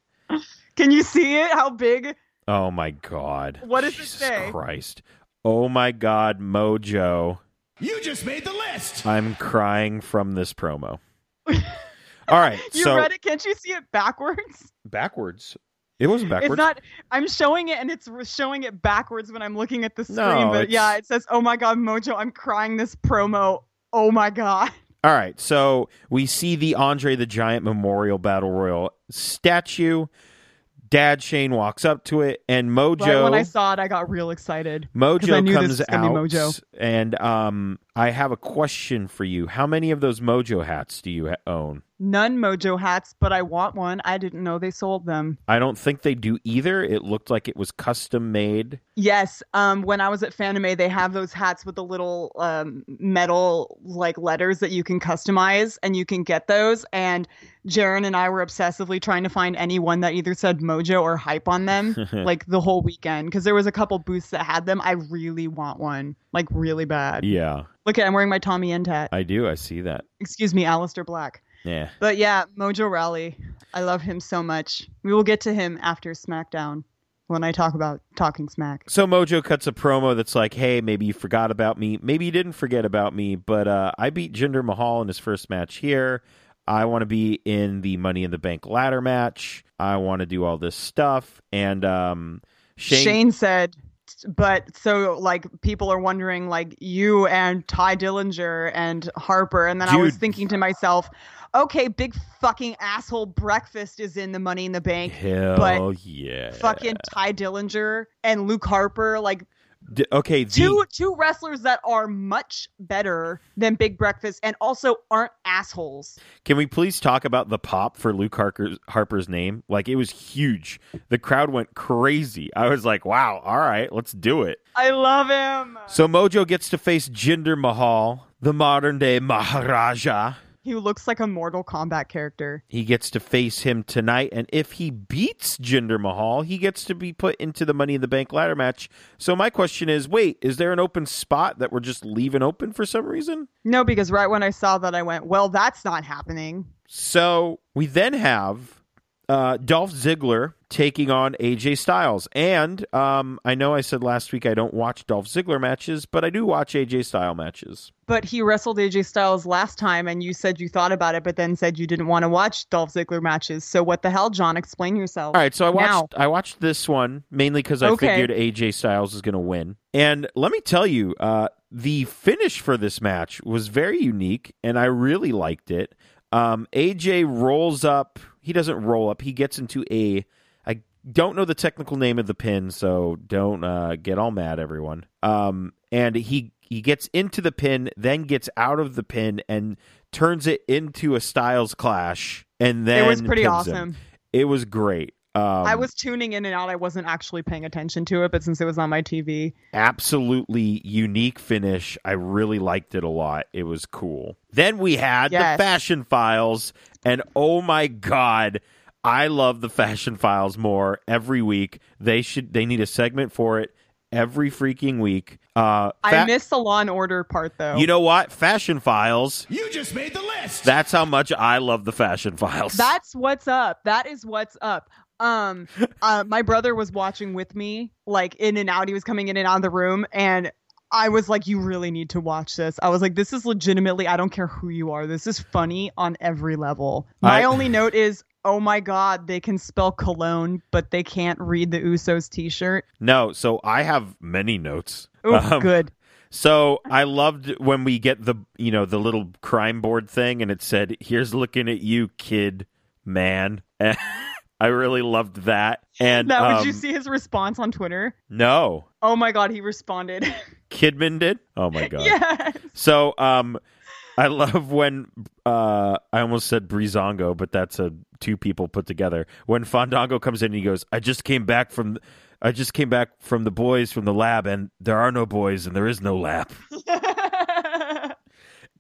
Can you see it? How big? Oh my God. What does it Jesus say? Christ. Oh my God, Mojo. You just made the list. I'm crying from this promo. All right. You so read it? Can't you see it backwards? backwards. It wasn't backwards. It's not. I'm showing it, and it's re- showing it backwards when I'm looking at the screen. No, but it's- yeah, it says, "Oh my God, Mojo, I'm crying this promo. Oh my God." All right, so we see the Andre the Giant Memorial Battle Royal statue. Dad Shane walks up to it, and Mojo. Right when I saw it, I got real excited. 'Cause Mojo I knew this comes was out, gonna be Mojo. and um, I have a question for you. How many of those Mojo hats do you ha- own? None Mojo hats, but I want one. I didn't know they sold them. I don't think they do either. It looked like it was custom made. Yes, um, when I was at Fanime, they have those hats with the little um, metal like letters that you can customize, and you can get those. And Jaren and I were obsessively trying to find anyone that either said Mojo or hype on them, like the whole weekend, because there was a couple booths that had them. I really want one, like really bad. Yeah, Look at, I'm wearing my Tommy End hat. I do. I see that. Excuse me, Alistair Black. Yeah. But yeah, Mojo Rally. I love him so much. We will get to him after SmackDown. when I talk about talking smack. So Mojo cuts a promo that's like, "Hey, maybe you forgot about me. Maybe you didn't forget about me, but uh, I beat Jinder Mahal in his first match here. I want to be in the Money in the Bank ladder match. I want to do all this stuff." And um, Shane, Shane, said, but so like people are wondering, like you and Ty Dillinger and Harper, and then I was Dude. thinking to myself, okay, big fucking asshole breakfast is in the Money in the Bank. hell but yeah, Fucking Ty Dillinger and Luke Harper, like D- okay, the, two two wrestlers that are much better than Big Breakfast and also aren't assholes. Can we please talk about the pop for Luke Harker's, Harper's name? Like it was huge. The crowd went crazy. I was like, "Wow, all right, let's do it." I love him. So Mojo gets to face Jinder Mahal, the modern day Maharaja. He looks like a Mortal Kombat character. He gets to face him tonight, and if he beats Jinder Mahal, he gets to be put into the Money in the Bank ladder match. So my question is, wait, is there an open spot that we're just leaving open for some reason? No, because right when I saw that, I went, "Well, that's not happening." So we then have uh, Dolph Ziggler taking on AJ Styles, and um, I know I said last week I don't watch Dolph Ziggler matches, but I do watch AJ Style matches. But he wrestled AJ Styles last time, and you said you thought about it, but then said you didn't want to watch Dolph Ziggler matches. So what the hell, John? Explain yourself. All right, so I watched Now. I watched this one mainly because I Okay. figured AJ Styles is going to win, and let me tell you, uh, the finish for this match was very unique, and I really liked it. Um, AJ rolls up. He doesn't roll up. He gets into a. I don't know the technical name of the pin, so don't uh, get all mad, everyone. Um, and he he gets into the pin, then gets out of the pin, and turns it into a Styles clash, and then it was pretty pins him. awesome. It was great. Um, I was tuning in and out. I wasn't actually paying attention to it, but since it was on my TV, absolutely unique finish. I really liked it a lot. It was cool. Then we had Yes. the fashion files, and oh my god, I love the fashion files more every week. They should they need a segment for it every freaking week. Uh, I fa- missed the Law and Order part though. You know what? Fashion files. You just made the list. That's how much I love the fashion files. That's what's up. That is what's up. Um, uh, my brother was watching with me, like in and out. He was coming in and out of the room, and I was like, "You really need to watch this." I was like, "This is legitimately. I don't care who you are. This is funny on every level." My I- only note is, "Oh my god, they can spell cologne, but they can't read the Usos T-shirt." no. So I have many notes. Oh, Um, good. So I loved when we get the you know the little crime board thing, and it said, "Here's looking at you, kid, man." I really loved that. And Now, um, did you see his response on Twitter? No, Oh my god, he responded. Kidman did. Oh my god. yes. So um, I love when uh, I almost said Brizongo, but that's a two people put together. When Fandango comes in, and he goes, "I just came back from." I just came back from the boys from the lab, and there are no boys, and there is no lab.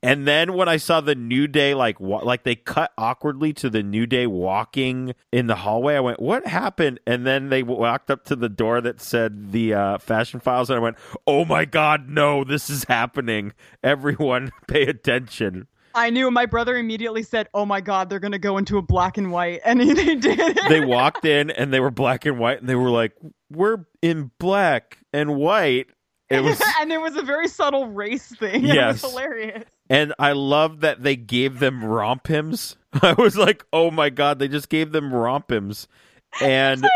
And then when I saw the New Day, like wa- like they cut awkwardly to the New Day walking in the hallway, I went, "What happened?" And then they walked up to the door that said the uh, Fashion Files, and I went, "Oh my God, no! This is happening! Everyone, pay attention!" I knew my brother immediately said, "Oh my god, they're going to go into a black and white." And they did. They walked in, and they were black and white, and they were like, "We're in black and white." It was, and there was a very subtle race thing. Yes. It was hilarious. and I love that they gave them romp hymns. I was like, "Oh my God!" They just gave them romp hymns, and.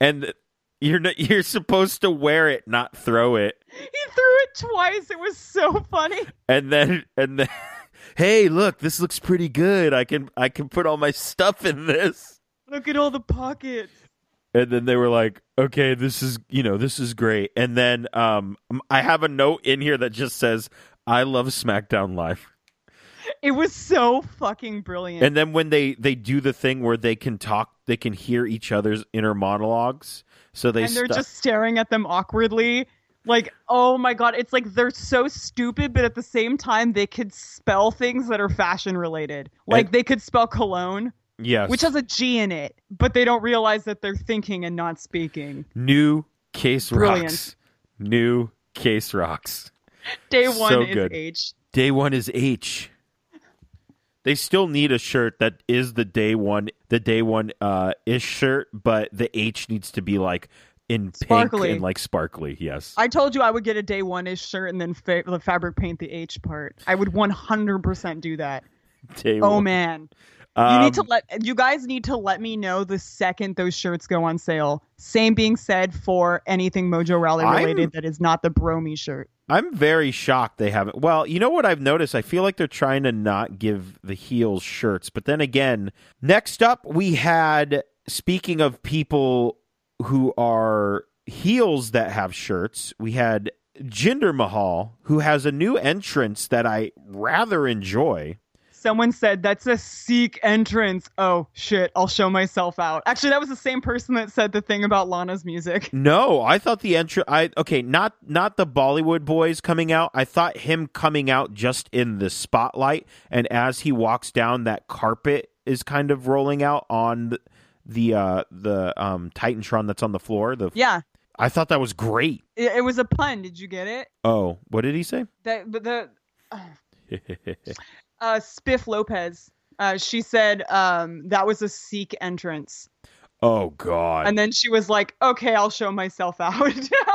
and you're not, you're supposed to wear it, not throw it. He threw it twice. It was so funny. And then and then, hey, look, this looks pretty good. I can I can put all my stuff in this. Look at all the pockets. And then they were like, okay, this is you know this is great. And then um, I have a note in here that just says, I love SmackDown Live. It was so fucking brilliant. And then when they they do the thing where they can talk, they can hear each other's inner monologues. So they and they're stu- just staring at them awkwardly. Like, oh my god, it's like they're so stupid, but at the same time, they could spell things that are fashion related. Like And- they could spell cologne, yes, which has a G in it, but they don't realize that they're thinking and not speaking. new case Brilliant. rocks, new case rocks. Day one So is good. H. Day one is H. They still need a shirt that is the day one. the day one uh, ish shirt, but the H needs to be like in Sparkly. pink and like sparkly. Yes. I told you I would get a day one ish shirt and then fa- the fabric paint the H part. I would 100% do that. Day Oh one. man. you Um, need to let you guys need to let me know the second those shirts go on sale. Same being said for anything Mojo Rally I'm- related that is not the Bromy shirt. I'm very shocked they haven't. Well, you know what I've noticed? I feel like they're trying to not give the heels shirts. But then again, next up, we had speaking of people who are heels that have shirts, we had Jinder Mahal, who has a new entrance that I rather enjoy. Someone said that's a Sikh entrance. Oh shit, I'll show myself out. Actually, that was the same person that said the thing about Lana's music. No, I thought the entrance. I okay, not not the Bollywood boys coming out. I thought him coming out just in the spotlight, and as he walks down, that carpet is kind of rolling out on the the, uh, the um, Titantron that's on the floor. The Yeah, I thought that was great. it, it was a pun. Did you get it? Oh, what did he say? That but the uh, Spiff Lopez. Uh, she said um, that was a Sikh entrance, oh God, and then she was like, "Okay, I'll show myself out."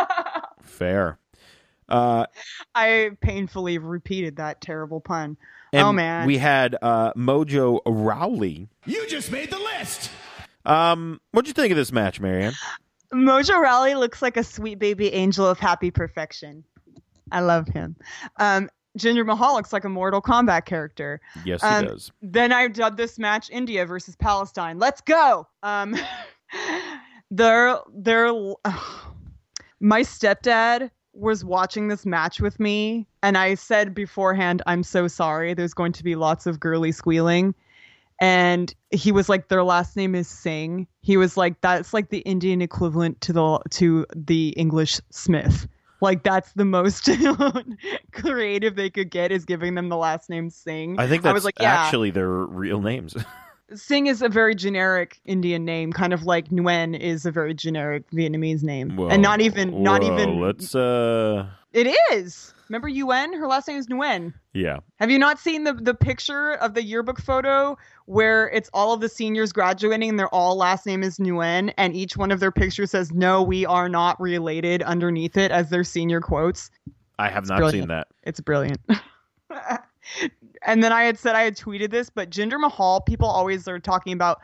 fair. Uh, I painfully repeated that terrible pun. and oh man, we had uh, Mojo Rowley. You just made the list. Um, what'd you think of this match, Marianne? Mojo Raleigh looks like a sweet baby angel of happy perfection. I love him. Um, Jinder Mahal looks like a Mortal Kombat character. Yes, he Um, does. Then I dubbed this match India versus Palestine. Let's go. Um, they're they're. my stepdad was watching this match with me, and I said beforehand, "I'm so sorry. There's going to be lots of girly squealing." And he was like, "Their last name is Singh." He was like, "That's like the Indian equivalent to the to the English Smith." Like that's the most creative they could get is giving them the last name Singh. I think I that's was like, yeah. actually their real names. Singh is a very generic Indian name, kind of like Nguyen is a very generic Vietnamese name, and not even not whoa, even Let's uh, it is. Remember UN? Her last name is Nguyen. yeah. Have you not seen the the picture of the yearbook photo where it's all of the seniors graduating and their all last name is Nguyen, and each one of their pictures says "No, we are not related" underneath it as their senior quotes. I have not seen brilliant. that. It's brilliant. and then I had said I had tweeted this, but Jinder Mahal, people always are talking about.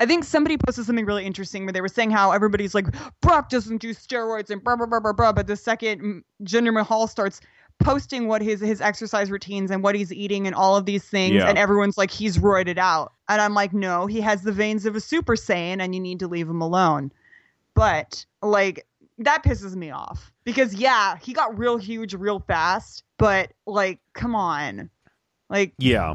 I think somebody posted something really interesting where they were saying how everybody's like, Brock doesn't do steroids and blah, blah, blah, blah, blah. But the second mm, Jinder Mahal starts posting what his, his exercise routines and what he's eating and all of these things, Yeah. and everyone's like, he's roided out. And I'm like, no, he has the veins of a super saiyan and you need to leave him alone. But like, that pisses me off because yeah, he got real huge real fast, but like, come on, like Yeah,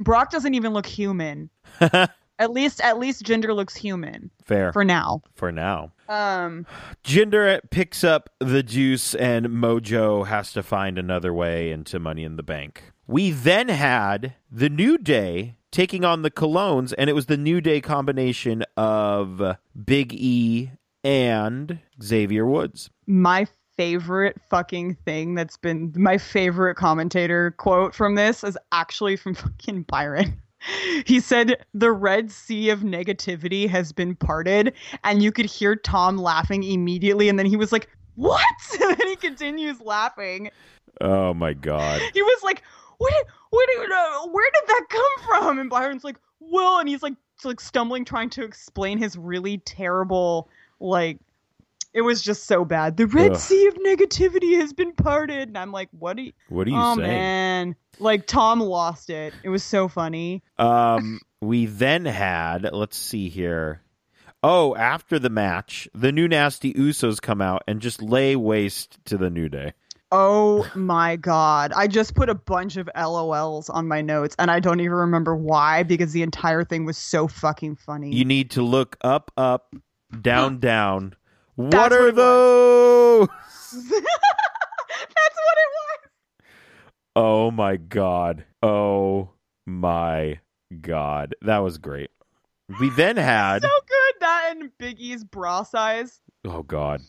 Brock doesn't even look human. at least, at least Jinder looks human fair for, for now. now. Um, Jinder picks up the juice, and Mojo has to find another way into Money in the Bank. We then had the New Day taking on the Colones, and it was the New Day combination of Big E and Xavier Woods. my favorite fucking thing that's been my favorite commentator quote from this is actually from fucking Byron. He said the red sea of negativity has been parted, and you could hear Tom laughing immediately. And then he was like, "What?" And then he continues laughing. Oh my God! he was like, "What? What? do you know? Where did that come from?" And Byron's like, "Well," and he's like, s- like stumbling, trying to explain his really terrible, like, it was just so bad. The red Ugh. sea of negativity has been parted, and I'm like, "What are you?" What are you oh saying? man, like Tom lost it. It was so funny. Um, we then had, let's see here. Oh, after the match, the new nasty Usos come out and just lay waste to the New Day. Oh my god. I just put a bunch of LOLs on my notes and I don't even remember why because the entire thing was so fucking funny. You need to look up, up, down, down. What That's are what it those? That's what it was. Oh my god. Oh my god. That was great. We then had so good that and Big E's bra size. Oh god.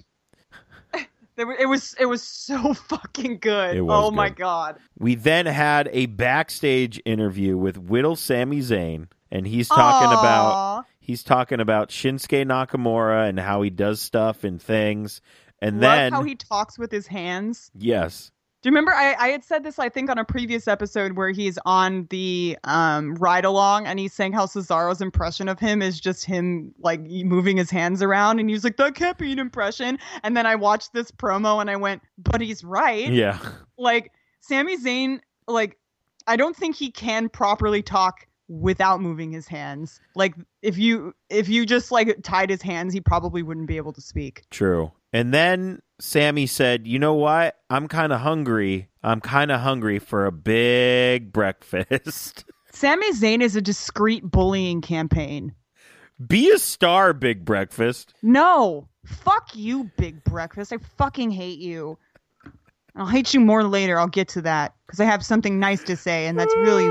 They were- It was it was so fucking good. It was oh my good. god. We then had a backstage interview with Whittle Sami Zayn and he's talking about Aw. He's talking about Shinsuke Nakamura and how he does stuff and things. And Love then, how he talks with his hands. yes, Do you remember I, I had said this I think on a previous episode where he's on the um, ride along and he's saying how Cesaro's impression of him is just him like e, moving his hands around and he's like that can't be an impression and then I watched this promo and I went but he's right yeah, like Sami Zayn like I don't think he can properly talk without moving his hands like if you if you just like tied his hands he probably wouldn't be able to speak true. And then Sammy said, "You know what? I'm kind of hungry. I'm kind of hungry for a big breakfast. Sami Zayn is a discreet bullying campaign Be a star, Big Breakfast." No. Fuck you, Big Breakfast. I fucking hate you. I'll hate you more later. I'll get to that because I have something nice to say, and that's really,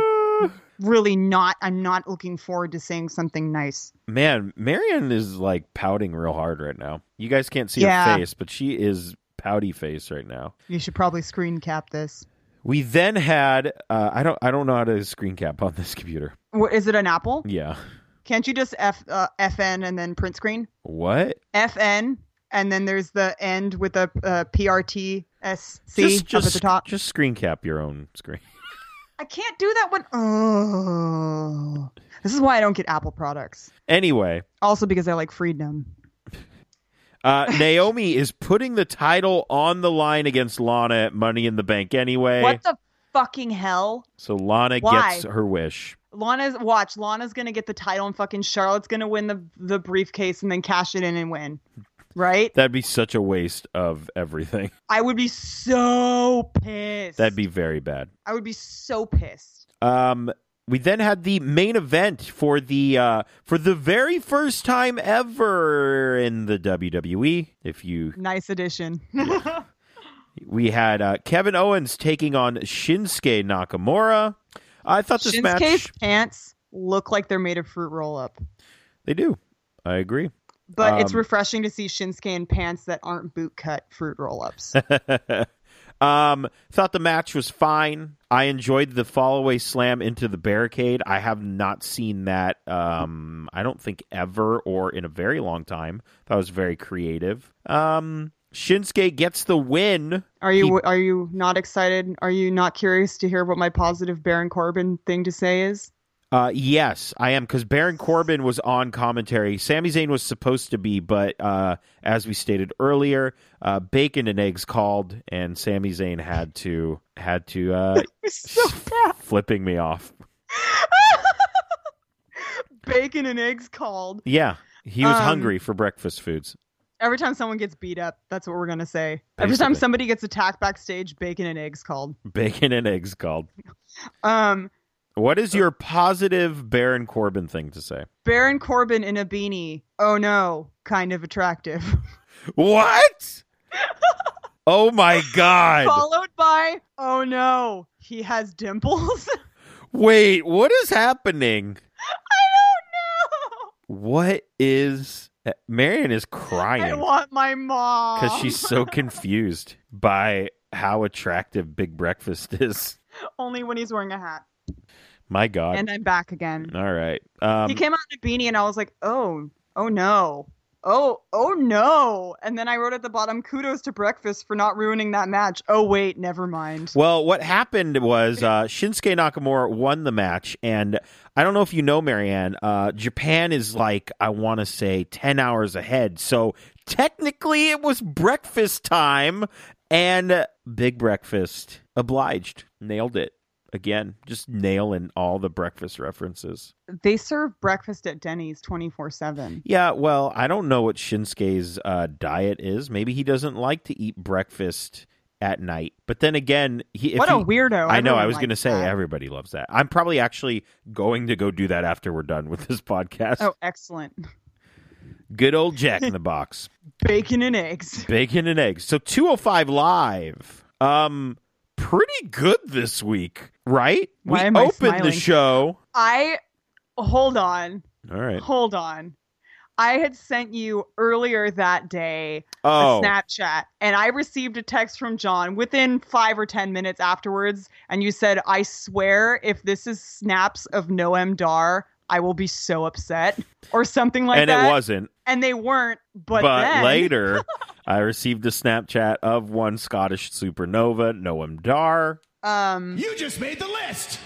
really not. I'm not looking forward to saying something nice. Man, Marion is like pouting real hard right now. You guys can't see her Yeah. face, but she is pouty face right now. You should probably screen cap this. We then had uh, I don't I don't know how to screen cap on this computer. What, is it an Apple? Yeah. Can't you just F, uh, FN and then print screen? What? FN, and then there's the end with a uh, PRTSC just up just at the top. just screen cap your own screen. I can't do that one. Oh. This is why I don't get Apple products. Anyway, Also because I like freedom. uh, Naomi is putting the title on the line against Lana at Money in the Bank anyway. What the fucking hell? So Lana Why? gets her wish. Lana's watch. Lana's gonna get the title, and fucking Charlotte's gonna win the the briefcase and then cash it in and win. Right? That'd be such a waste of everything. I would be so pissed. That'd be very bad. I would be so pissed. Um, we then had the main event for the uh, for the very first time ever in the WWE. If you Nice addition. we had uh, Kevin Owens taking on Shinsuke Nakamura. I thought this match Shinsuke's pants look like they're made of fruit roll up, they do. I agree. but it's Um, refreshing to see Shinsuke in pants that aren't boot cut fruit roll ups. um, thought the match was fine. I enjoyed the fallaway slam into the barricade. I have not seen that. Um, I don't think ever or in a very long time. That was very creative. Um, Shinsuke gets the win. Are you are you not excited? Are you not curious to hear what my positive Baron Corbin thing to say is? Uh, yes, I am because Baron Corbin was on commentary. Sami Zayn was supposed to be, but uh, as we stated earlier, uh, Bacon and Eggs called, and Sami Zayn had to had to uh, So bad. flipping me off. Bacon and eggs called. Yeah, he was Um, hungry for breakfast foods. Every time someone gets beat up, that's what we're gonna say. Every Basically. time somebody gets attacked backstage, bacon and eggs called. Bacon and eggs called. Um, What is your positive Baron Corbin thing to say? Baron Corbin in a beanie. Oh no, kind of attractive. What? oh my god. Followed by, oh no, he has dimples. Wait, what is happening? I What is eh, Marion is don't know. I crying want my mom. cuz she's so confused by how attractive Big Breakfast is. only when he's wearing a hat. My god. And I'm back again. All right. Um he came out in a beanie and I was like, oh, oh no. Oh, oh no. And then I wrote at the bottom, kudos to breakfast for not ruining that match. Oh, wait, never mind. Well, what happened was uh, Shinsuke Nakamura won the match, and I don't know if you know, Marianne. Uh, Japan is like I want to say ten hours ahead, so technically it was breakfast time, and uh, Big Breakfast obliged, nailed it again, just nailing all the breakfast references. They serve breakfast at Denny's 24 7. Yeah, well, I don't know what Shinsuke's uh, diet is. Maybe he doesn't like to eat breakfast at night, but then again, he if What a he- weirdo. I know. Everyone I was likes going to say that. everybody loves that. I'm probably actually going to go do that after we're done with this podcast. Oh, excellent. Good old Jack in the Box, Bacon and eggs. bacon and eggs. So 205 live. Um, pretty good this week, right? Why we am I opened the smiling? show. I, hold on, All right. hold on. I had sent you earlier that day Oh, a Snapchat, and I received a text from John within five or ten minutes afterwards, and you said, "I swear, if this is snaps of Noam Dar, I will be so upset or something like and that. it wasn't. And they weren't, but, But, then, later, I received a Snapchat of one Scottish supernova, Noam Dar. um, You just made the list.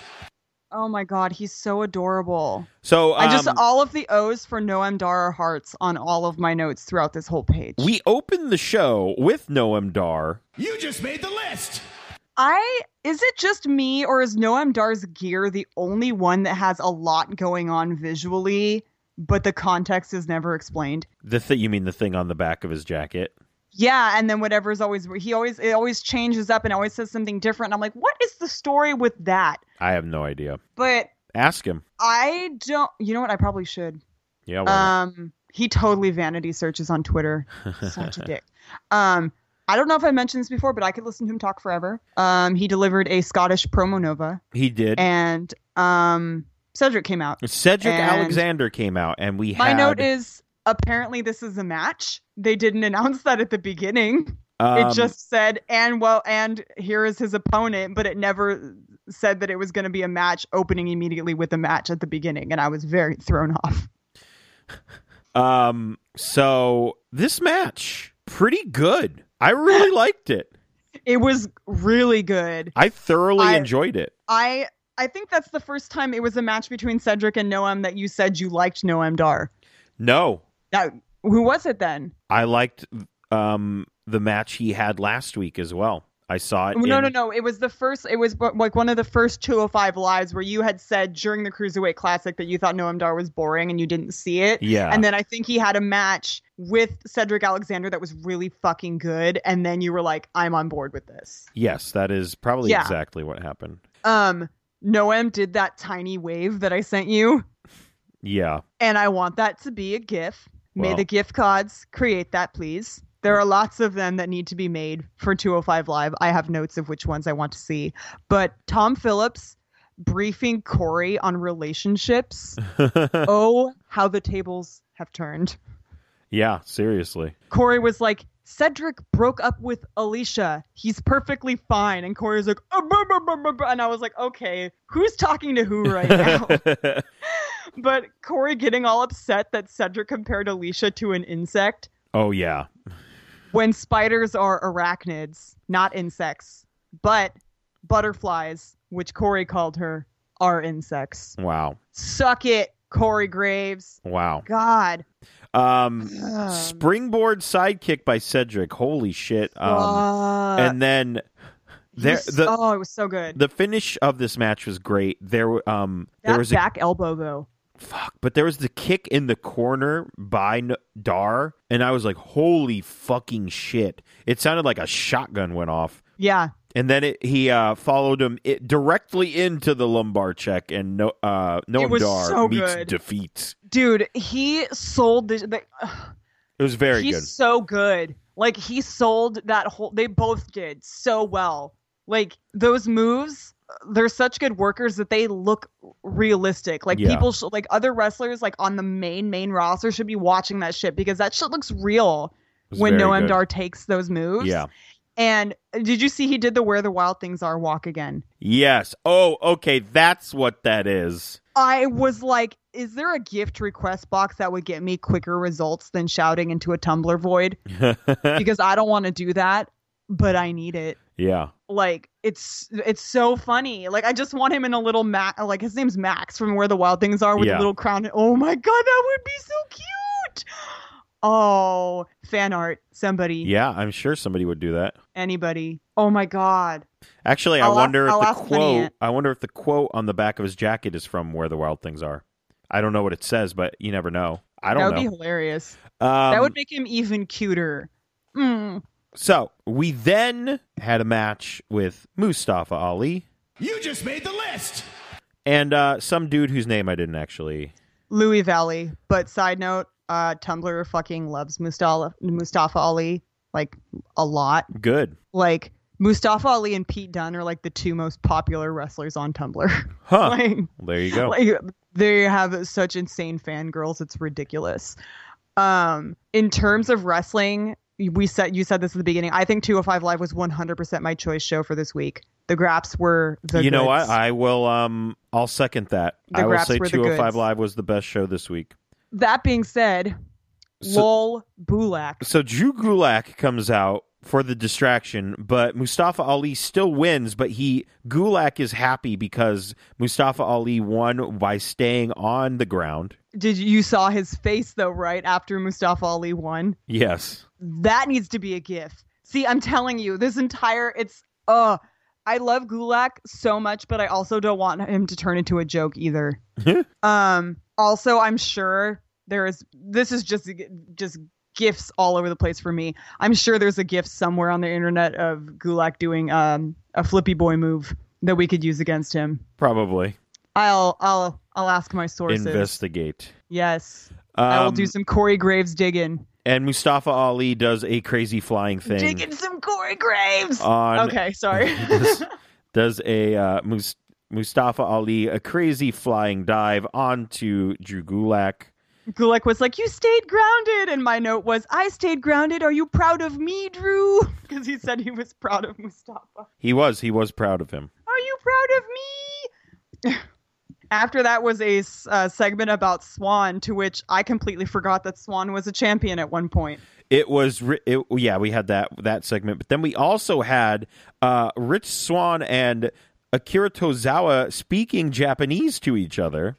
oh my god, he's so adorable. So I just um, all of the O's for Noam Dar are hearts on all of my notes throughout this whole page. we opened the show with Noam Dar. You just made the list. I is it just me or is Noam Dar's gear the only one that has a lot going on visually, but the context is never explained? The thi- you mean the thing on the back of his jacket? Yeah, and then whatever is always he always it always changes up and always says something different. And I'm like, what is the story with that? I have no idea. But Ask him. I don't. You know what? I probably should. Yeah. why not? Um, he totally vanity searches on Twitter. Such a dick. Um, I don't know if I mentioned this before, but I could listen to him talk forever. Um, he delivered a Scottish promo nova, he did. and um, Cedric came out. Cedric and- Alexander came out, and we My had note is apparently this is a match. They didn't announce that at the beginning. um, it just said and well and here is his opponent, but it never said that it was going to be a match opening immediately with a match at the beginning, and I was very thrown off. um. So this match pretty good. I really liked it. It was really good. I thoroughly I- enjoyed it. I I think that's the first time it was a match between Cedric and Noam that you said you liked Noam Dar. No, Now, who was it then? I liked um the match he had last week as well. I saw it. No, in- no, no. It was the first. It was bu- like one of the first 205 lives where you had said during the Cruiserweight Classic that you thought Noam Dar was boring and you didn't see it. Yeah. And then I think he had a match with Cedric Alexander that was really fucking good, and then you were like, "I'm on board with this." yes, that is probably Yeah. exactly what happened. Um, Noam did that tiny wave that I sent you. Yeah. and I want that to be a GIF. May Well- the GIF gods create that, please. There are lots of them that need to be made for 205 Live. I have notes of which ones I want to see. But Tom Phillips briefing Corey on relationships. oh, how the tables have turned. yeah. Seriously. Corey was like, Cedric broke up with Alicia. He's perfectly fine. And Corey's like, "Oh, blah, blah, blah, blah, blah." and I was like, okay, who's talking to who right now? But Corey getting all upset that Cedric compared Alicia to an insect oh yeah. when spiders are arachnids, not insects. But butterflies, which Corey called her, are insects. Wow. Suck it, Corey Graves. Wow. God. Um. Ugh. springboard sidekick by Cedric. Holy shit! Um, Fuck. and then there He's- the oh, it was so good. the finish of this match was great. There were, um that there was a back elbow, though. fuck, but there was the kick in the corner by N- Dar, and I was like, holy fucking shit! It sounded like a shotgun went off. Yeah. And then it, he uh, followed him it, directly into the lumbar check, and no, uh, It Noam was Dar so meets good. defeat. Dude, he sold the. the ugh. It was very he's good. so good. Like he sold that whole. They both did so well. Like those moves, they're such good workers that they look realistic. Like Yeah. people, sh- like other wrestlers, like on the main main roster should be watching that shit because that shit looks real It was when very Noam good. Dar takes those moves. yeah. And did you see he did the "Where the Wild Things Are" walk again? Yes. Oh, okay. That's what that is. I was like, is there a gift request box that would get me quicker results than shouting into a Tumblr void? because I don't want to do that, but I need it. yeah. Like it's it's so funny. Like I just want him in a little Mac. Like his name's Max from Where the Wild Things Are with Yeah. a little crown. Oh my god, that would be so cute. Oh, fan art, somebody, Yeah, I'm sure somebody would do that. anybody. Oh my god. Actually, I I'll ask- wonder I'll if the ask Honey quote Ant. I wonder if the quote on the back of his jacket is from Where the Wild Things Are. I don't know what it says, but you never know. I That don't would know. be hilarious. um, that would make him even cuter. Mm. so we then had a match with Mustafa Ali You just made the list. and uh, some dude whose name I didn't actually. Louis Valley. But side note, uh, Tumblr fucking loves Mustafa Mustafa Ali like a lot. Good, Like Mustafa Ali and Pete Dunne are like the two most popular wrestlers on Tumblr. huh? like, Well, there you go. like they have such insane fangirls, it's ridiculous. Um, in terms of oh wrestling, we said you said this at the beginning. I think 205 Live was 100% my choice show for this week. The graps were the you know, goods. I, I will. Um, I'll second that. The I will graps say were the 205 goods. Live was the best show this week. that being said, So- lol Bulak. So Drew Gulak comes out for the distraction, but Mustafa Ali still wins. But he Gulak is happy because Mustafa Ali won by staying on the ground. Did you, you saw his face though right after Mustafa Ali won? Yes, That needs to be a gif. See, I'm telling you, this entire it's uh I love Gulak so much, but I also don't want him to turn into a joke either. um also I'm sure there is this is just just gifs all over the place for me. I'm sure there's a gif somewhere on the internet of Gulak doing um a flippy boy move that we could use against him. probably I'll I'll I'll ask my sources. investigate. Yes. I will Um, do some Corey Graves digging. And Mustafa Ali does a crazy flying thing. Digging some Corey Graves. on okay, sorry. does, does a uh, Mus- Mustafa Ali a crazy flying dive onto Drew Gulak. Gulek was like, "You stayed grounded," and my note was, "I stayed grounded. Are you proud of me, Drew?" Because he said he was proud of Mustafa. He was he was proud of him. Are you proud of me? After that was a s- uh, segment about Swan, to which I completely forgot that Swan was a champion at one point. It was ri- it, yeah we had that that segment, but then we also had uh, Rich Swan and Akira Tozawa speaking Japanese to each other,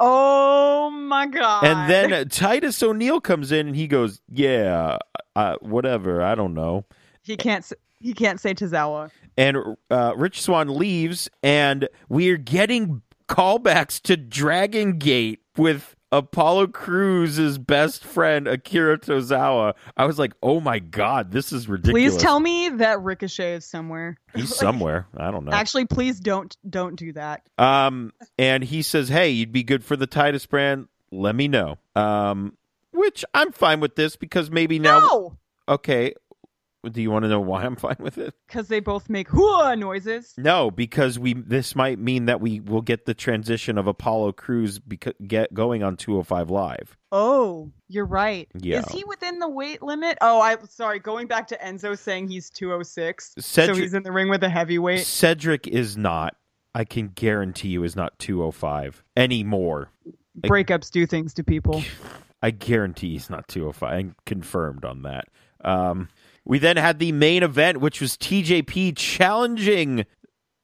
Oh my god! and then Titus O'Neil comes in and he goes yeah uh, whatever I don't know. he can't s- he can't say Tozawa. and uh, Rich Swan leaves, and we're getting callbacks to Dragon Gate with Apollo Cruz's best friend Akira Tozawa. I was like, oh my god, this is ridiculous. Please tell me that Ricochet is somewhere. he's somewhere. I don't know. Actually, please don't don't do that. um, and he says, hey, you'd be good for the Titus brand. Let me know. Um, which I'm fine with this because maybe now. No, Okay, do you want to know why I'm fine with it? because they both make hua noises. No, because we this might mean that we will get the transition of Apollo Crews beca- get going on 205 Live. Oh, you're right. Yeah. Is he within the weight limit? Oh, I'm sorry. Going back to Enzo saying he's 206, so Cedric- he's in the ring with a heavyweight. Cedric is not. I can guarantee you is not 205 anymore. Breakups do things to people. I guarantee he's not 205. I'm confirmed on that. Um, we then had the main event, which was TJP challenging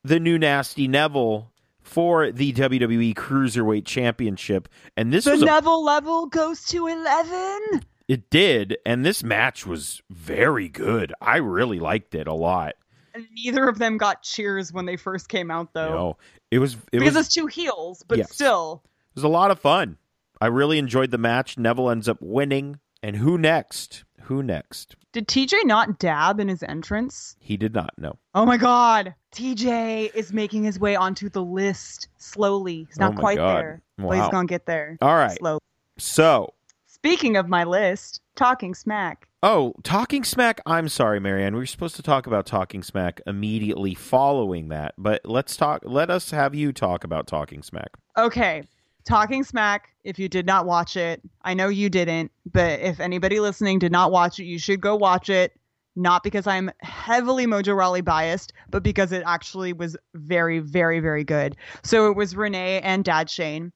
the new Nasty Neville for the WWE Cruiserweight Championship, and this The was a Neville level goes to 11. It did, and this match was very good. I really liked it a lot. And neither of them got cheers when they first came out, You though, know, it was it Oh. because was, it it's two heels. But Yes. still, was a lot of fun. I really enjoyed the match. Neville ends up winning, and who next? Who next? did TJ not dab in his entrance? He did not know. Oh my God, TJ is making his way onto the list slowly. He's Oh not my quite God. there, but Wow. he's gonna get there. All right. slowly. So, Speaking of my list, talking smack. oh, talking smack. I'm sorry, Marianne. We were supposed to talk about talking smack immediately following that, but let's talk. Let us have you talk about talking smack. Okay, talking smack. If you did not watch it, I know you didn't, but if anybody listening did not watch it, you should go watch it. Not because I'm heavily Mojo Raleigh biased, but because it actually was very, very, very good. So it was Renee and Dad Shane,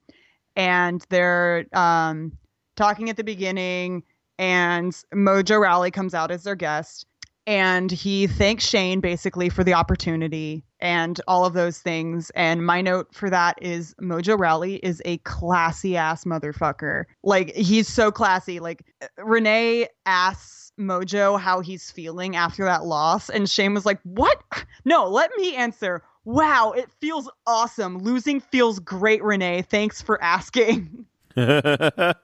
and they're um, talking at the beginning, and Mojo Raleigh comes out as their guest, and he thanks Shane basically for the opportunity and all of those things. And my note for that is Mojo Rowley is a classy ass motherfucker. Like he's so classy. Like Renee asks Mojo how he's feeling after that loss, and Shane was like, "What? No, let me answer." Wow, it feels awesome. Losing feels great, Renee. Thanks for asking. wow.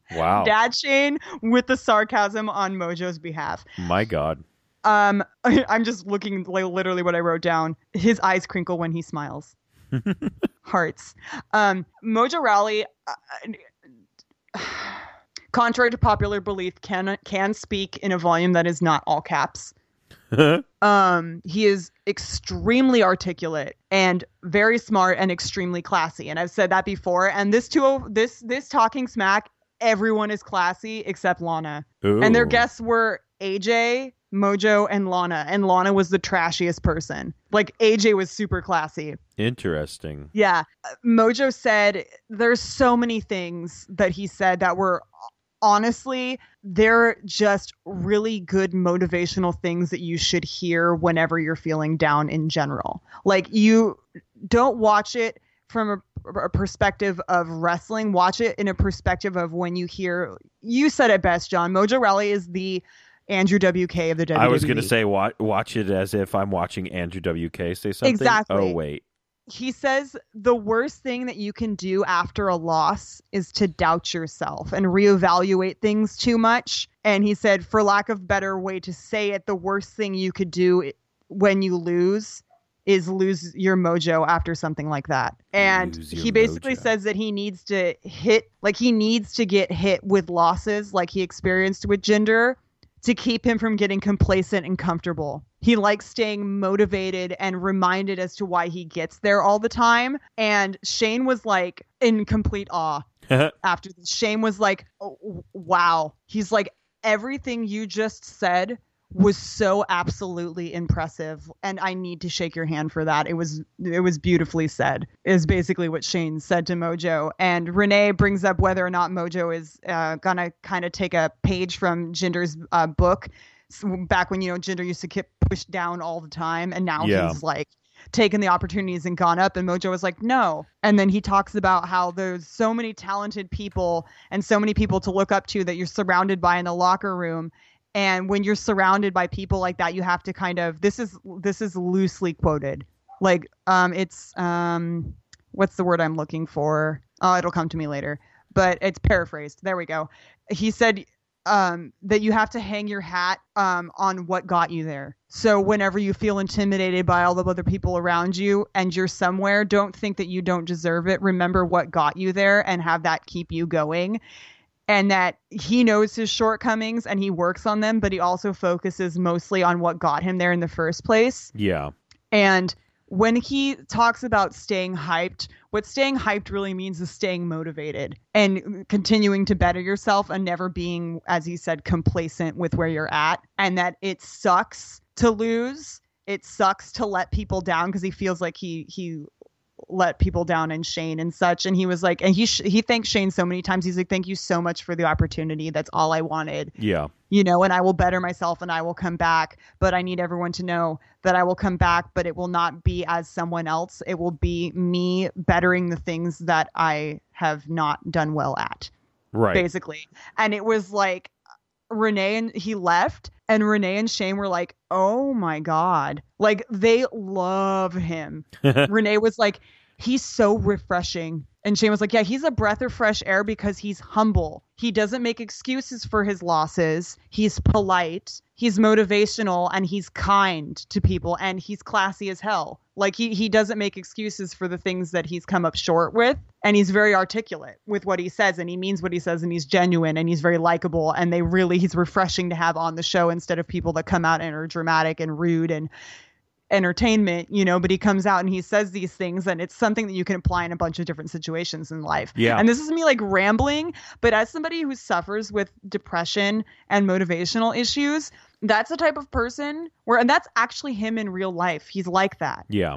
Dad Shane with the sarcasm on Mojo's behalf. My God. Um, I'm just looking like literally what I wrote down. His eyes crinkle when he smiles. Hearts. Um, Mojo Rowley, uh, contrary to popular belief, can can speak in a volume that is not all caps. Um, he is extremely articulate and very smart and extremely classy. And I've said that before. And this two, this this talking smack, everyone is classy except Lana and their Ooh. guests were AJ, Mojo and Lana, and Lana was the trashiest person. Like AJ was super classy. Interesting. Yeah. Uh, Mojo said there's so many things that he said that were honestly, they're just really good motivational things that you should hear whenever you're feeling down in general. Like you don't watch it from a, a perspective of wrestling, watch it in a perspective of when you hear you said it best, John. Mojo Rally is the Andrew WK of the E. WWE. I was going to say watch, watch it as if I'm watching Andrew WK say something. Exactly. Oh wait. he says the worst thing that you can do after a loss is to doubt yourself and reevaluate things too much. And he said, for lack of better way to say it, the worst thing you could do i- when you lose is lose your mojo after something like that. And Lose your he basically mojo. says that he needs to hit, like he needs to get hit with losses like he experienced with gender to keep him from getting complacent and comfortable. He likes staying motivated and reminded as to why he gets there all the time. And Shane was like in complete awe after this. Shane was like, oh, w- wow. He's like, everything you just said was so absolutely impressive and I need to shake your hand for that. It was it was beautifully said. Is basically what Shane said to Mojo and Renee brings up whether or not Mojo is uh, going to kind of take a page from Jinder's uh, book S- back when you know Jinder used to get pushed down all the time and now Yeah. he's like taken the opportunities and gone up and mojo was like no and then he talks about how there's so many talented people and so many people to look up to that you're surrounded by in the locker room and when you're surrounded by people like that you have to kind of this is this is loosely quoted like um it's um what's the word i'm looking for oh it'll come to me later but it's paraphrased there we go he said um, that you have to hang your hat um, on what got you there. So whenever you feel intimidated by all the other people around you and you're somewhere, don't think that you don't deserve it. Remember what got you there and have that keep you going. And that he knows his shortcomings and he works on them, but he also focuses mostly on what got him there in the first place. Yeah. And when he talks about staying hyped, what staying hyped really means is staying motivated and continuing to better yourself and never being, as he said, complacent with where you're at. And that it sucks to lose. It sucks to let people down because he feels like he he let people down and Shane and such. And he was like, and he sh- he thanked Shane so many times. He's like, thank you so much for the opportunity. That's all I wanted Yeah. you know, and I will better myself and I will come back. But I need everyone to know that I will come back, but it will not be as someone else. It will be me bettering the things that I have not done well at, Right. basically. And it was like Renee and he left, and Renee and Shane were like, oh my God. Like they love him. Renee was like, he's so refreshing. And Shane was like, yeah, he's a breath of fresh air because he's humble. He doesn't make excuses for his losses. He's polite, he's motivational, and he's kind to people, and he's classy as hell. Like he he doesn't make excuses for the things that he's come up short with, and he's very articulate with what he says, and he means what he says, and he's genuine, and he's very likable, and they really he's refreshing to have on the show instead of people that come out and are dramatic and rude and entertainment, you know, but he comes out and he says these things and it's something that you can apply in a bunch of different situations in life. Yeah. And this is me like rambling, but as somebody who suffers with depression and motivational issues, that's the type of person where and that's actually him in real life. He's like that. yeah.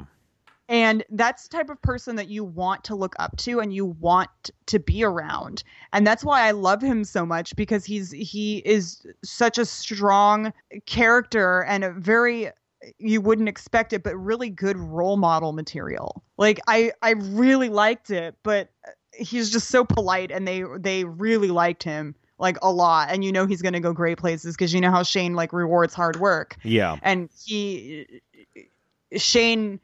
And that's the type of person that you want to look up to and you want to be around. And that's why I love him so much because he's he is such a strong character and a very you wouldn't expect it but really good role model material. Like I I really liked it, but he's just so polite and they they really liked him like a lot and you know he's going to go great places because you know how Shane like rewards hard work Yeah. and he Shane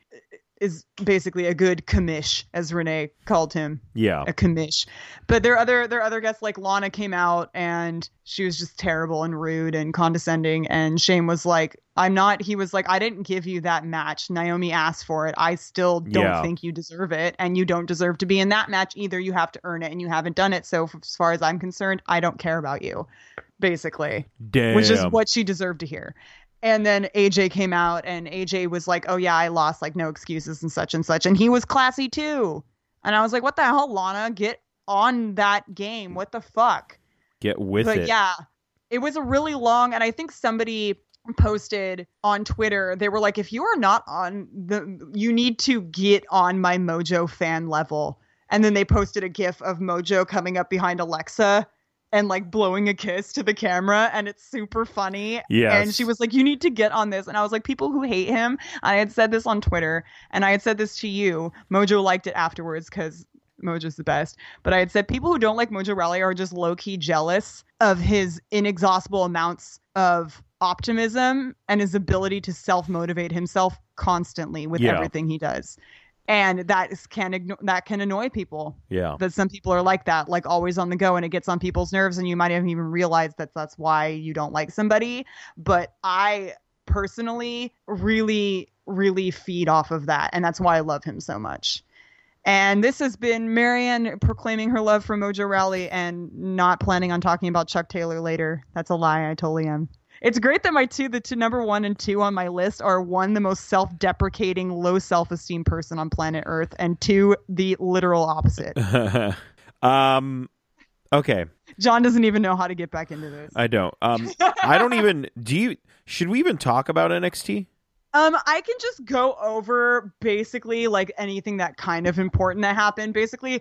is basically a good commish, as Renee called him, Yeah. a commish. But their other their other guests like Lana came out and she was just terrible and rude and condescending. And Shane was like, "I'm not." He was like, "I didn't give you that match. Naomi asked for it. I still don't Yeah. think you deserve it, and you don't deserve to be in that match either. You have to earn it, and you haven't done it. So, f- as far as I'm concerned, I don't care about you." Basically Damn. which is what she deserved to hear. And then AJ came out and AJ was like, "Oh yeah, I lost, like no excuses and such and such." And he was classy too. And I was like, "What the hell, Lana? Get on that game. What the fuck?" Get with but it. yeah, it was a really long and I think somebody posted on Twitter. They were like, if you are not on the, you need to get on my Mojo fan level. And then they posted a GIF of Mojo coming up behind Alexa and like blowing a kiss to the camera and it's super funny Yes. and she was like you need to get on this and i was like people who hate him i had said this on twitter and i had said this to you mojo liked it afterwards because mojo's the best but i had said people who don't like mojo rally are just low-key jealous of his inexhaustible amounts of optimism and his ability to self-motivate himself constantly with Yeah. everything he does and that is, can igno- that can annoy people Yeah. that some people are like that, like always on the go, and it gets on people's nerves, and you might have even realized that that's why you don't like somebody. But I personally really, really feed off of that, and that's why I love him so much. And this has been Marianne proclaiming her love for Mojo Rally and not planning on talking about Chuck Taylor later. That's a lie. I totally am. It's great that my two, the two number one and two on my list are one, the most self deprecating, low self esteem person on planet Earth, and two, the literal opposite. um, okay. John doesn't even know how to get back into this. I don't. Um, I don't even. Do you? Should we even talk about NXT? Um, I can just go over basically like anything that kind of important that happened. Basically,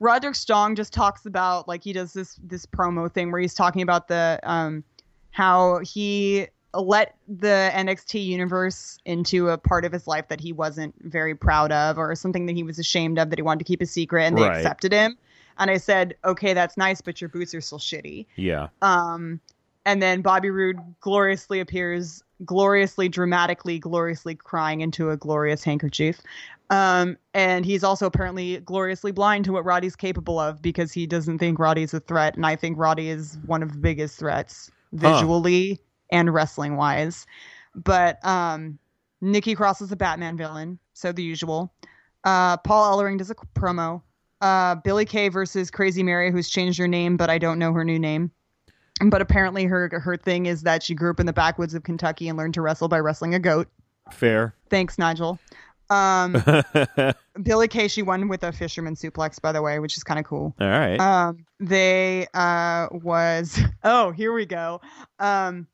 Roderick Strong just talks about like he does this this promo thing where he's talking about the um how he let the NXT universe into a part of his life that he wasn't very proud of or something that he was ashamed of that he wanted to keep a secret and they Right. accepted him. And I said, "Okay, that's nice, but your boots are still shitty." Yeah. Um, and then Bobby Roode gloriously appears, gloriously, dramatically, gloriously crying into a glorious handkerchief. Um, and he's also apparently gloriously blind to what Roddy's capable of because he doesn't think Roddy's a threat. And I think Roddy is one of the biggest threats Huh. visually and wrestling wise. But um, Nikki Cross is a Batman villain, so the usual. Uh, Paul Ellering does a promo. Uh, Billy Kay versus Crazy Mary, who's changed her name, but I don't know her new name. But apparently, her her thing is that she grew up in the backwoods of Kentucky and learned to wrestle by wrestling a goat. Fair. Thanks, Nigel. Um, Billy Kay, she won with a fisherman suplex, by the way, which is kind of cool. All right. Um, they uh, was oh here we go. Um,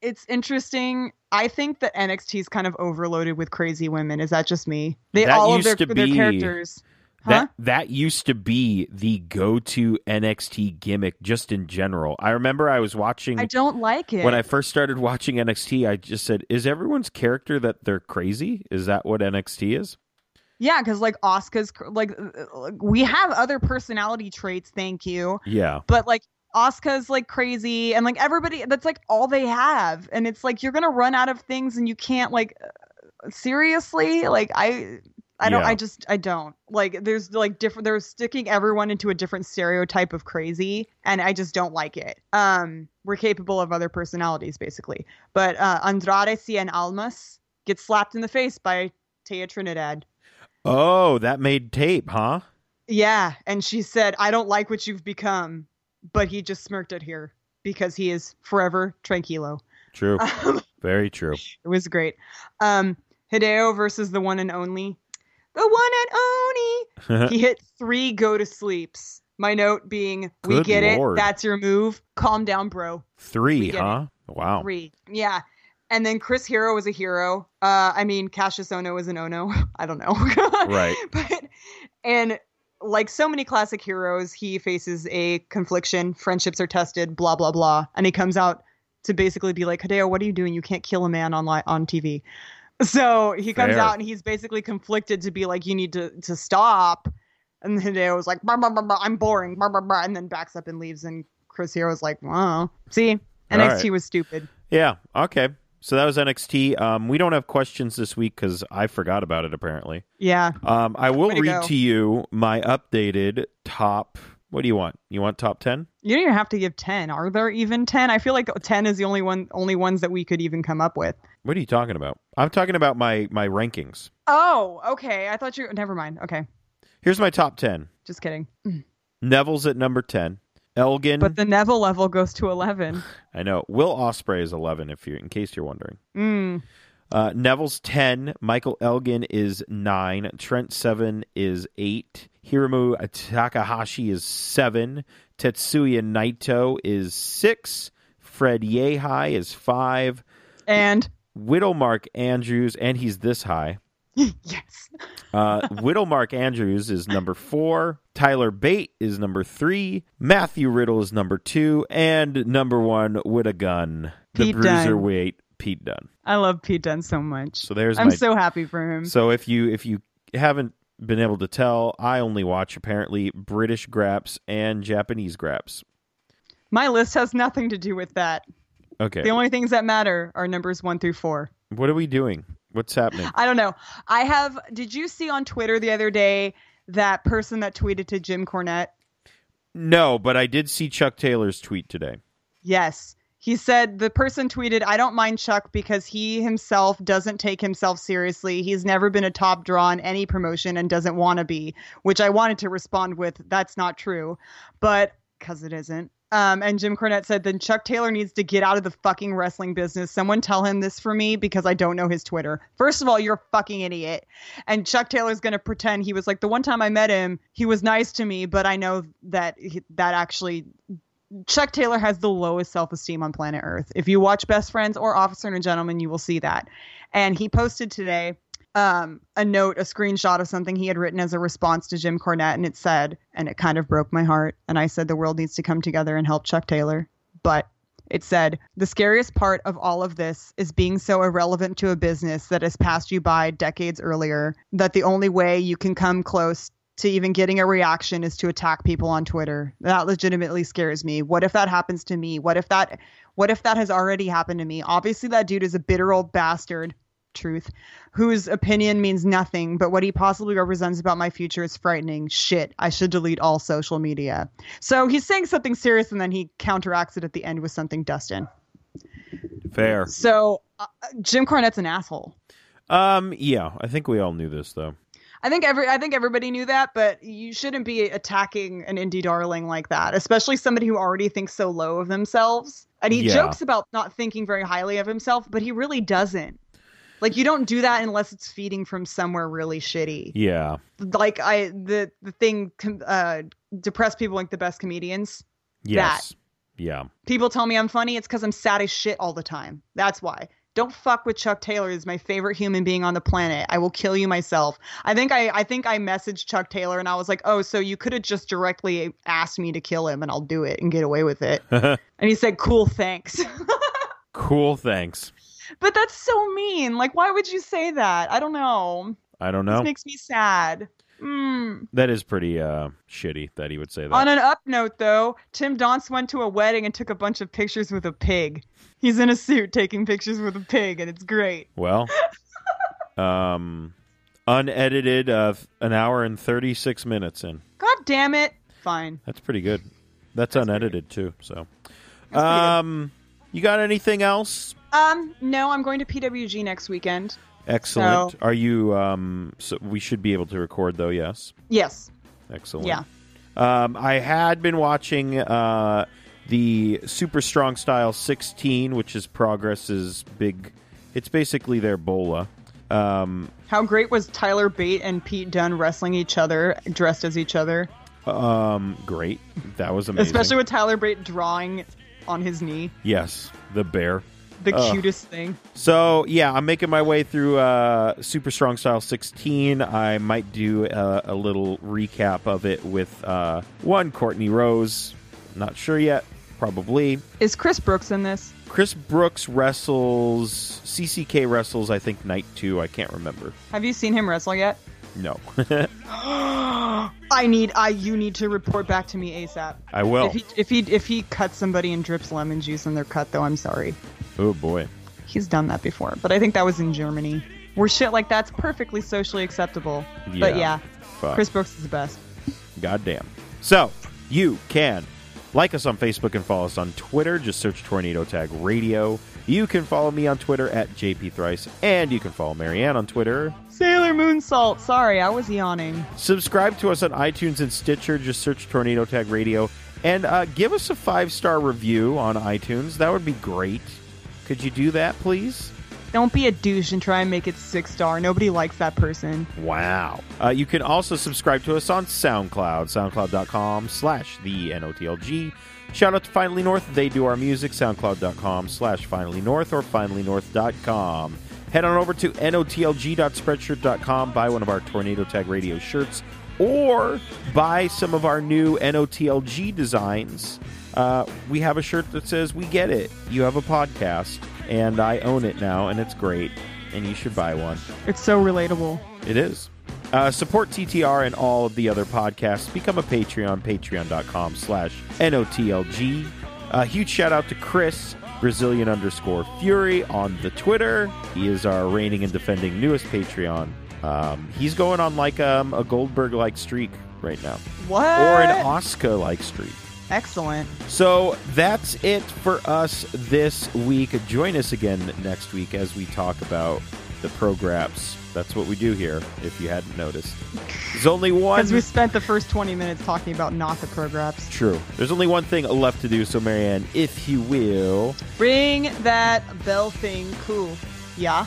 it's interesting. I think that NXT is kind of overloaded with crazy women. Is that just me? They That all of used their, to their be- characters. Huh? That that used to be the go-to NXT gimmick just in general. I remember I was watching I don't like it. when I first started watching NXT, I just said, "Is everyone's character that they're crazy? Is that what NXT is?" yeah, because like Oscar's like uh, uh, we have other personality traits. Thank you. Yeah. but like Oscar's like crazy and like everybody that's like all they have and it's like you're going to run out of things and you can't like uh, seriously like I I don't Yeah. I just I don't like there's like different they're sticking everyone into a different stereotype of crazy and I just don't like it. Um we're capable of other personalities basically. But uh Andrade Cien Almas gets slapped in the face by Taya Trinidad. Oh, that made tape, huh? Yeah, and she said, "I don't like what you've become," but he just smirked at her because he is forever tranquilo. True. Um, Very true. it was great. Um, Hideo versus the one and only, the one and only. he hit three go to sleeps. My note being, "We Good get lord. it. That's your move. Calm down, bro." 3, We get huh? Wow. Three, yeah. And then Chris Hero is a hero. Uh, I mean, Cassius Ono is an Ono. I don't know. Right. but and like so many classic heroes, he faces a confliction, friendships are tested, blah blah blah, and he comes out to basically be like, "Hideo, what are you doing? You can't kill a man on li- on TV." So he comes Fair. out and he's basically conflicted to be like, "You need to to stop." And Hideo was like, "Bah, bah, bah, bah, "I'm boring," bah, bah, bah," and then backs up and leaves. And Chris Hero's like, "Wow, see." NXT right. was stupid. Yeah. Okay. So that was NXT. Um, we don't have questions this week because I forgot about it. Apparently, Yeah. um, I will Way to read go. to you my updated top. What do you want? You want top ten? You don't even have to give 10. Are there even 10? I feel like 10 is the only one only ones that we could even come up with. What are you talking about? I'm talking about my my rankings. Oh, okay. I thought you never mind. Okay. Here's my top ten. Just kidding. Neville's at number ten. Elgin. But the Neville level goes to 11. I know. Will Osprey is eleven. If you, in case you're wondering. Mm. Uh, Neville's 10. Michael Elgin is 9. Trent 7 is 8. Hiramu Takahashi is 7. Tetsuya Naito is 6. Fred Yehai is 5. And Widowmark Andrews, and he's this high. yes. Uh, Widowmark Andrews is number four. Tyler Bate is number three. Matthew Riddle is number two. And number one with a gun, the Pete Dunne. bruiserweight Pete Dunn. I love Pete Dunne so much. So there's I'm my. so happy for him. so if you if you haven't been able to tell, I only watch apparently British graps and Japanese graps. My list has nothing to do with that. Okay, The only things that matter are numbers one through four. what are we doing? What's happening? I don't know. I have. Did you see on Twitter the other day that person that tweeted to Jim Cornette? No, but I did see Chuck Taylor's tweet today. Yes. He said the person tweeted, I don't mind Chuck because he himself doesn't take himself seriously. He's never been a top draw in any promotion and doesn't want to be, which I wanted to respond with, that's not true, but because it isn't. Um, and Jim Cornette said, then Chuck Taylor needs to get out of the fucking wrestling business. Someone tell him this for me because I don't know his Twitter. First of all, you're a fucking idiot. And Chuck Taylor's going to pretend he was like, the one time I met him, he was nice to me, but I know that he, that actually Chuck Taylor has the lowest self esteem on planet Earth. If you watch Best Friends or Officer and a Gentleman, you will see that. And he posted today um, a note, a screenshot of something he had written as a response to Jim Cornette. And it said, and it kind of broke my heart. And I said, the world needs to come together and help Chuck Taylor. But it said, the scariest part of all of this is being so irrelevant to a business that has passed you by decades earlier that the only way you can come close to even getting a reaction is to attack people on Twitter. That legitimately scares me. What if that happens to me? What if that what if that has already happened to me? Obviously that dude is a bitter old bastard, truth, whose opinion means nothing, but what he possibly represents about my future is frightening. Shit, I should delete all social media. So he's saying something serious and then he counteracts it at the end with something Dustin. Fair. So uh, Jim Cornette's an asshole. Um, yeah, I think we all knew this though. I think every I think everybody knew that, but you shouldn't be attacking an indie darling like that, especially somebody who already thinks so low of themselves. And he Yeah. jokes about not thinking very highly of himself, but he really doesn't. Like you don't do that unless it's feeding from somewhere really shitty. Yeah. Like I the the thing com- uh depressed people like the best comedians. Yes. Yeah. People tell me I'm funny, it's cuz I'm sad as shit all the time. That's why. Don't fuck with Chuck Taylor. He's my favorite human being on the planet. I will kill you myself. I think I, I think I messaged Chuck Taylor and I was like, oh, so you could have just directly asked me to kill him and I'll do it and get away with it. and he said, cool, thanks. Cool. Thanks. but that's so mean. Like, why would you say that? I don't know. I don't This know. makes me sad. Mm. That is pretty uh shitty that he would say that. On an up note, though, Tim Donce went to a wedding and took a bunch of pictures with a pig. He's in a suit taking pictures with a pig, and it's great. well, um, unedited of an hour and thirty six minutes in. God damn it. Fine. That's pretty good. That's, unedited too. So, um, you got anything else? Um, no, I'm going to PWG next weekend. Excellent. Are you? Um, so we should be able to record though. Yes. Yes. Excellent. Yeah. Um, I had been watching uh, the Super Strong Style 16, which is Progress's big. It's basically their Bola. Um, How great was Tyler Bate and Pete Dunn wrestling each other, dressed as each other? um, great. That was amazing. Especially with Tyler Bate drawing on his knee. yes, the bear. The Ugh. cutest thing. So yeah, I'm making my way through uh, Super Strong Style 16. I might do a, a little recap of it with uh, one Courtney Rose. Not sure yet. Probably. Is Chris Brooks in this? Chris Brooks wrestles CCK wrestles I think night 2 I can't remember Have you seen him wrestle yet? no I need I you need to report back to me ASAP. I will If he if he if he cuts somebody and drips lemon juice on their cut though, I'm sorry. oh boy He's done that before, but I think that was in Germany. Where shit like that's perfectly socially acceptable. But Yeah. yeah. Fuck. Chris Brooks is the best. goddamn so you can like us on Facebook and follow us on Twitter just search tornado tag radio you can follow me on Twitter at JP Thrice and you can follow Marianne on Twitter Sailor Moon Salt. Sorry, I was yawning. subscribe to us on iTunes and Stitcher just search tornado tag radio and uh, give us a five star review on iTunes that would be great could you do that please Don't be a douche and try and make it six star. Nobody likes that person. Wow. Uh, you can also subscribe to us on SoundCloud, soundcloud.com slash the NOTLG. Shout out to Finally North. They do our music, soundcloud.com slash Finally North or finallynorth.com. Head on over to notlg.spreadshirt.com, buy one of our Tornado Tag Radio shirts, or buy some of our new NOTLG designs. Uh, we have a shirt that says, We get it. You have a podcast, and I own it now, and it's great, and you should buy one. It's so relatable. It is. Uh, support TTR and all of the other podcasts. Become a Patreon, patreon.com slash N-O-T-L-G. A huge shout out to Chris, Brazilian underscore Fury on the Twitter. He is our reigning and defending newest Patreon. Um, he's going on like um, a Goldberg-like streak right now. What? Or an Oscar-like streak. Excellent. So that's it for us this week. Join us again next week as we talk about the prograps. That's what we do here, if you hadn't noticed. There's only one. Because we spent the first 20 minutes talking about not the programs. True. There's only one thing left to do, so Marianne, if you will. Bring that bell thing cool. Yeah.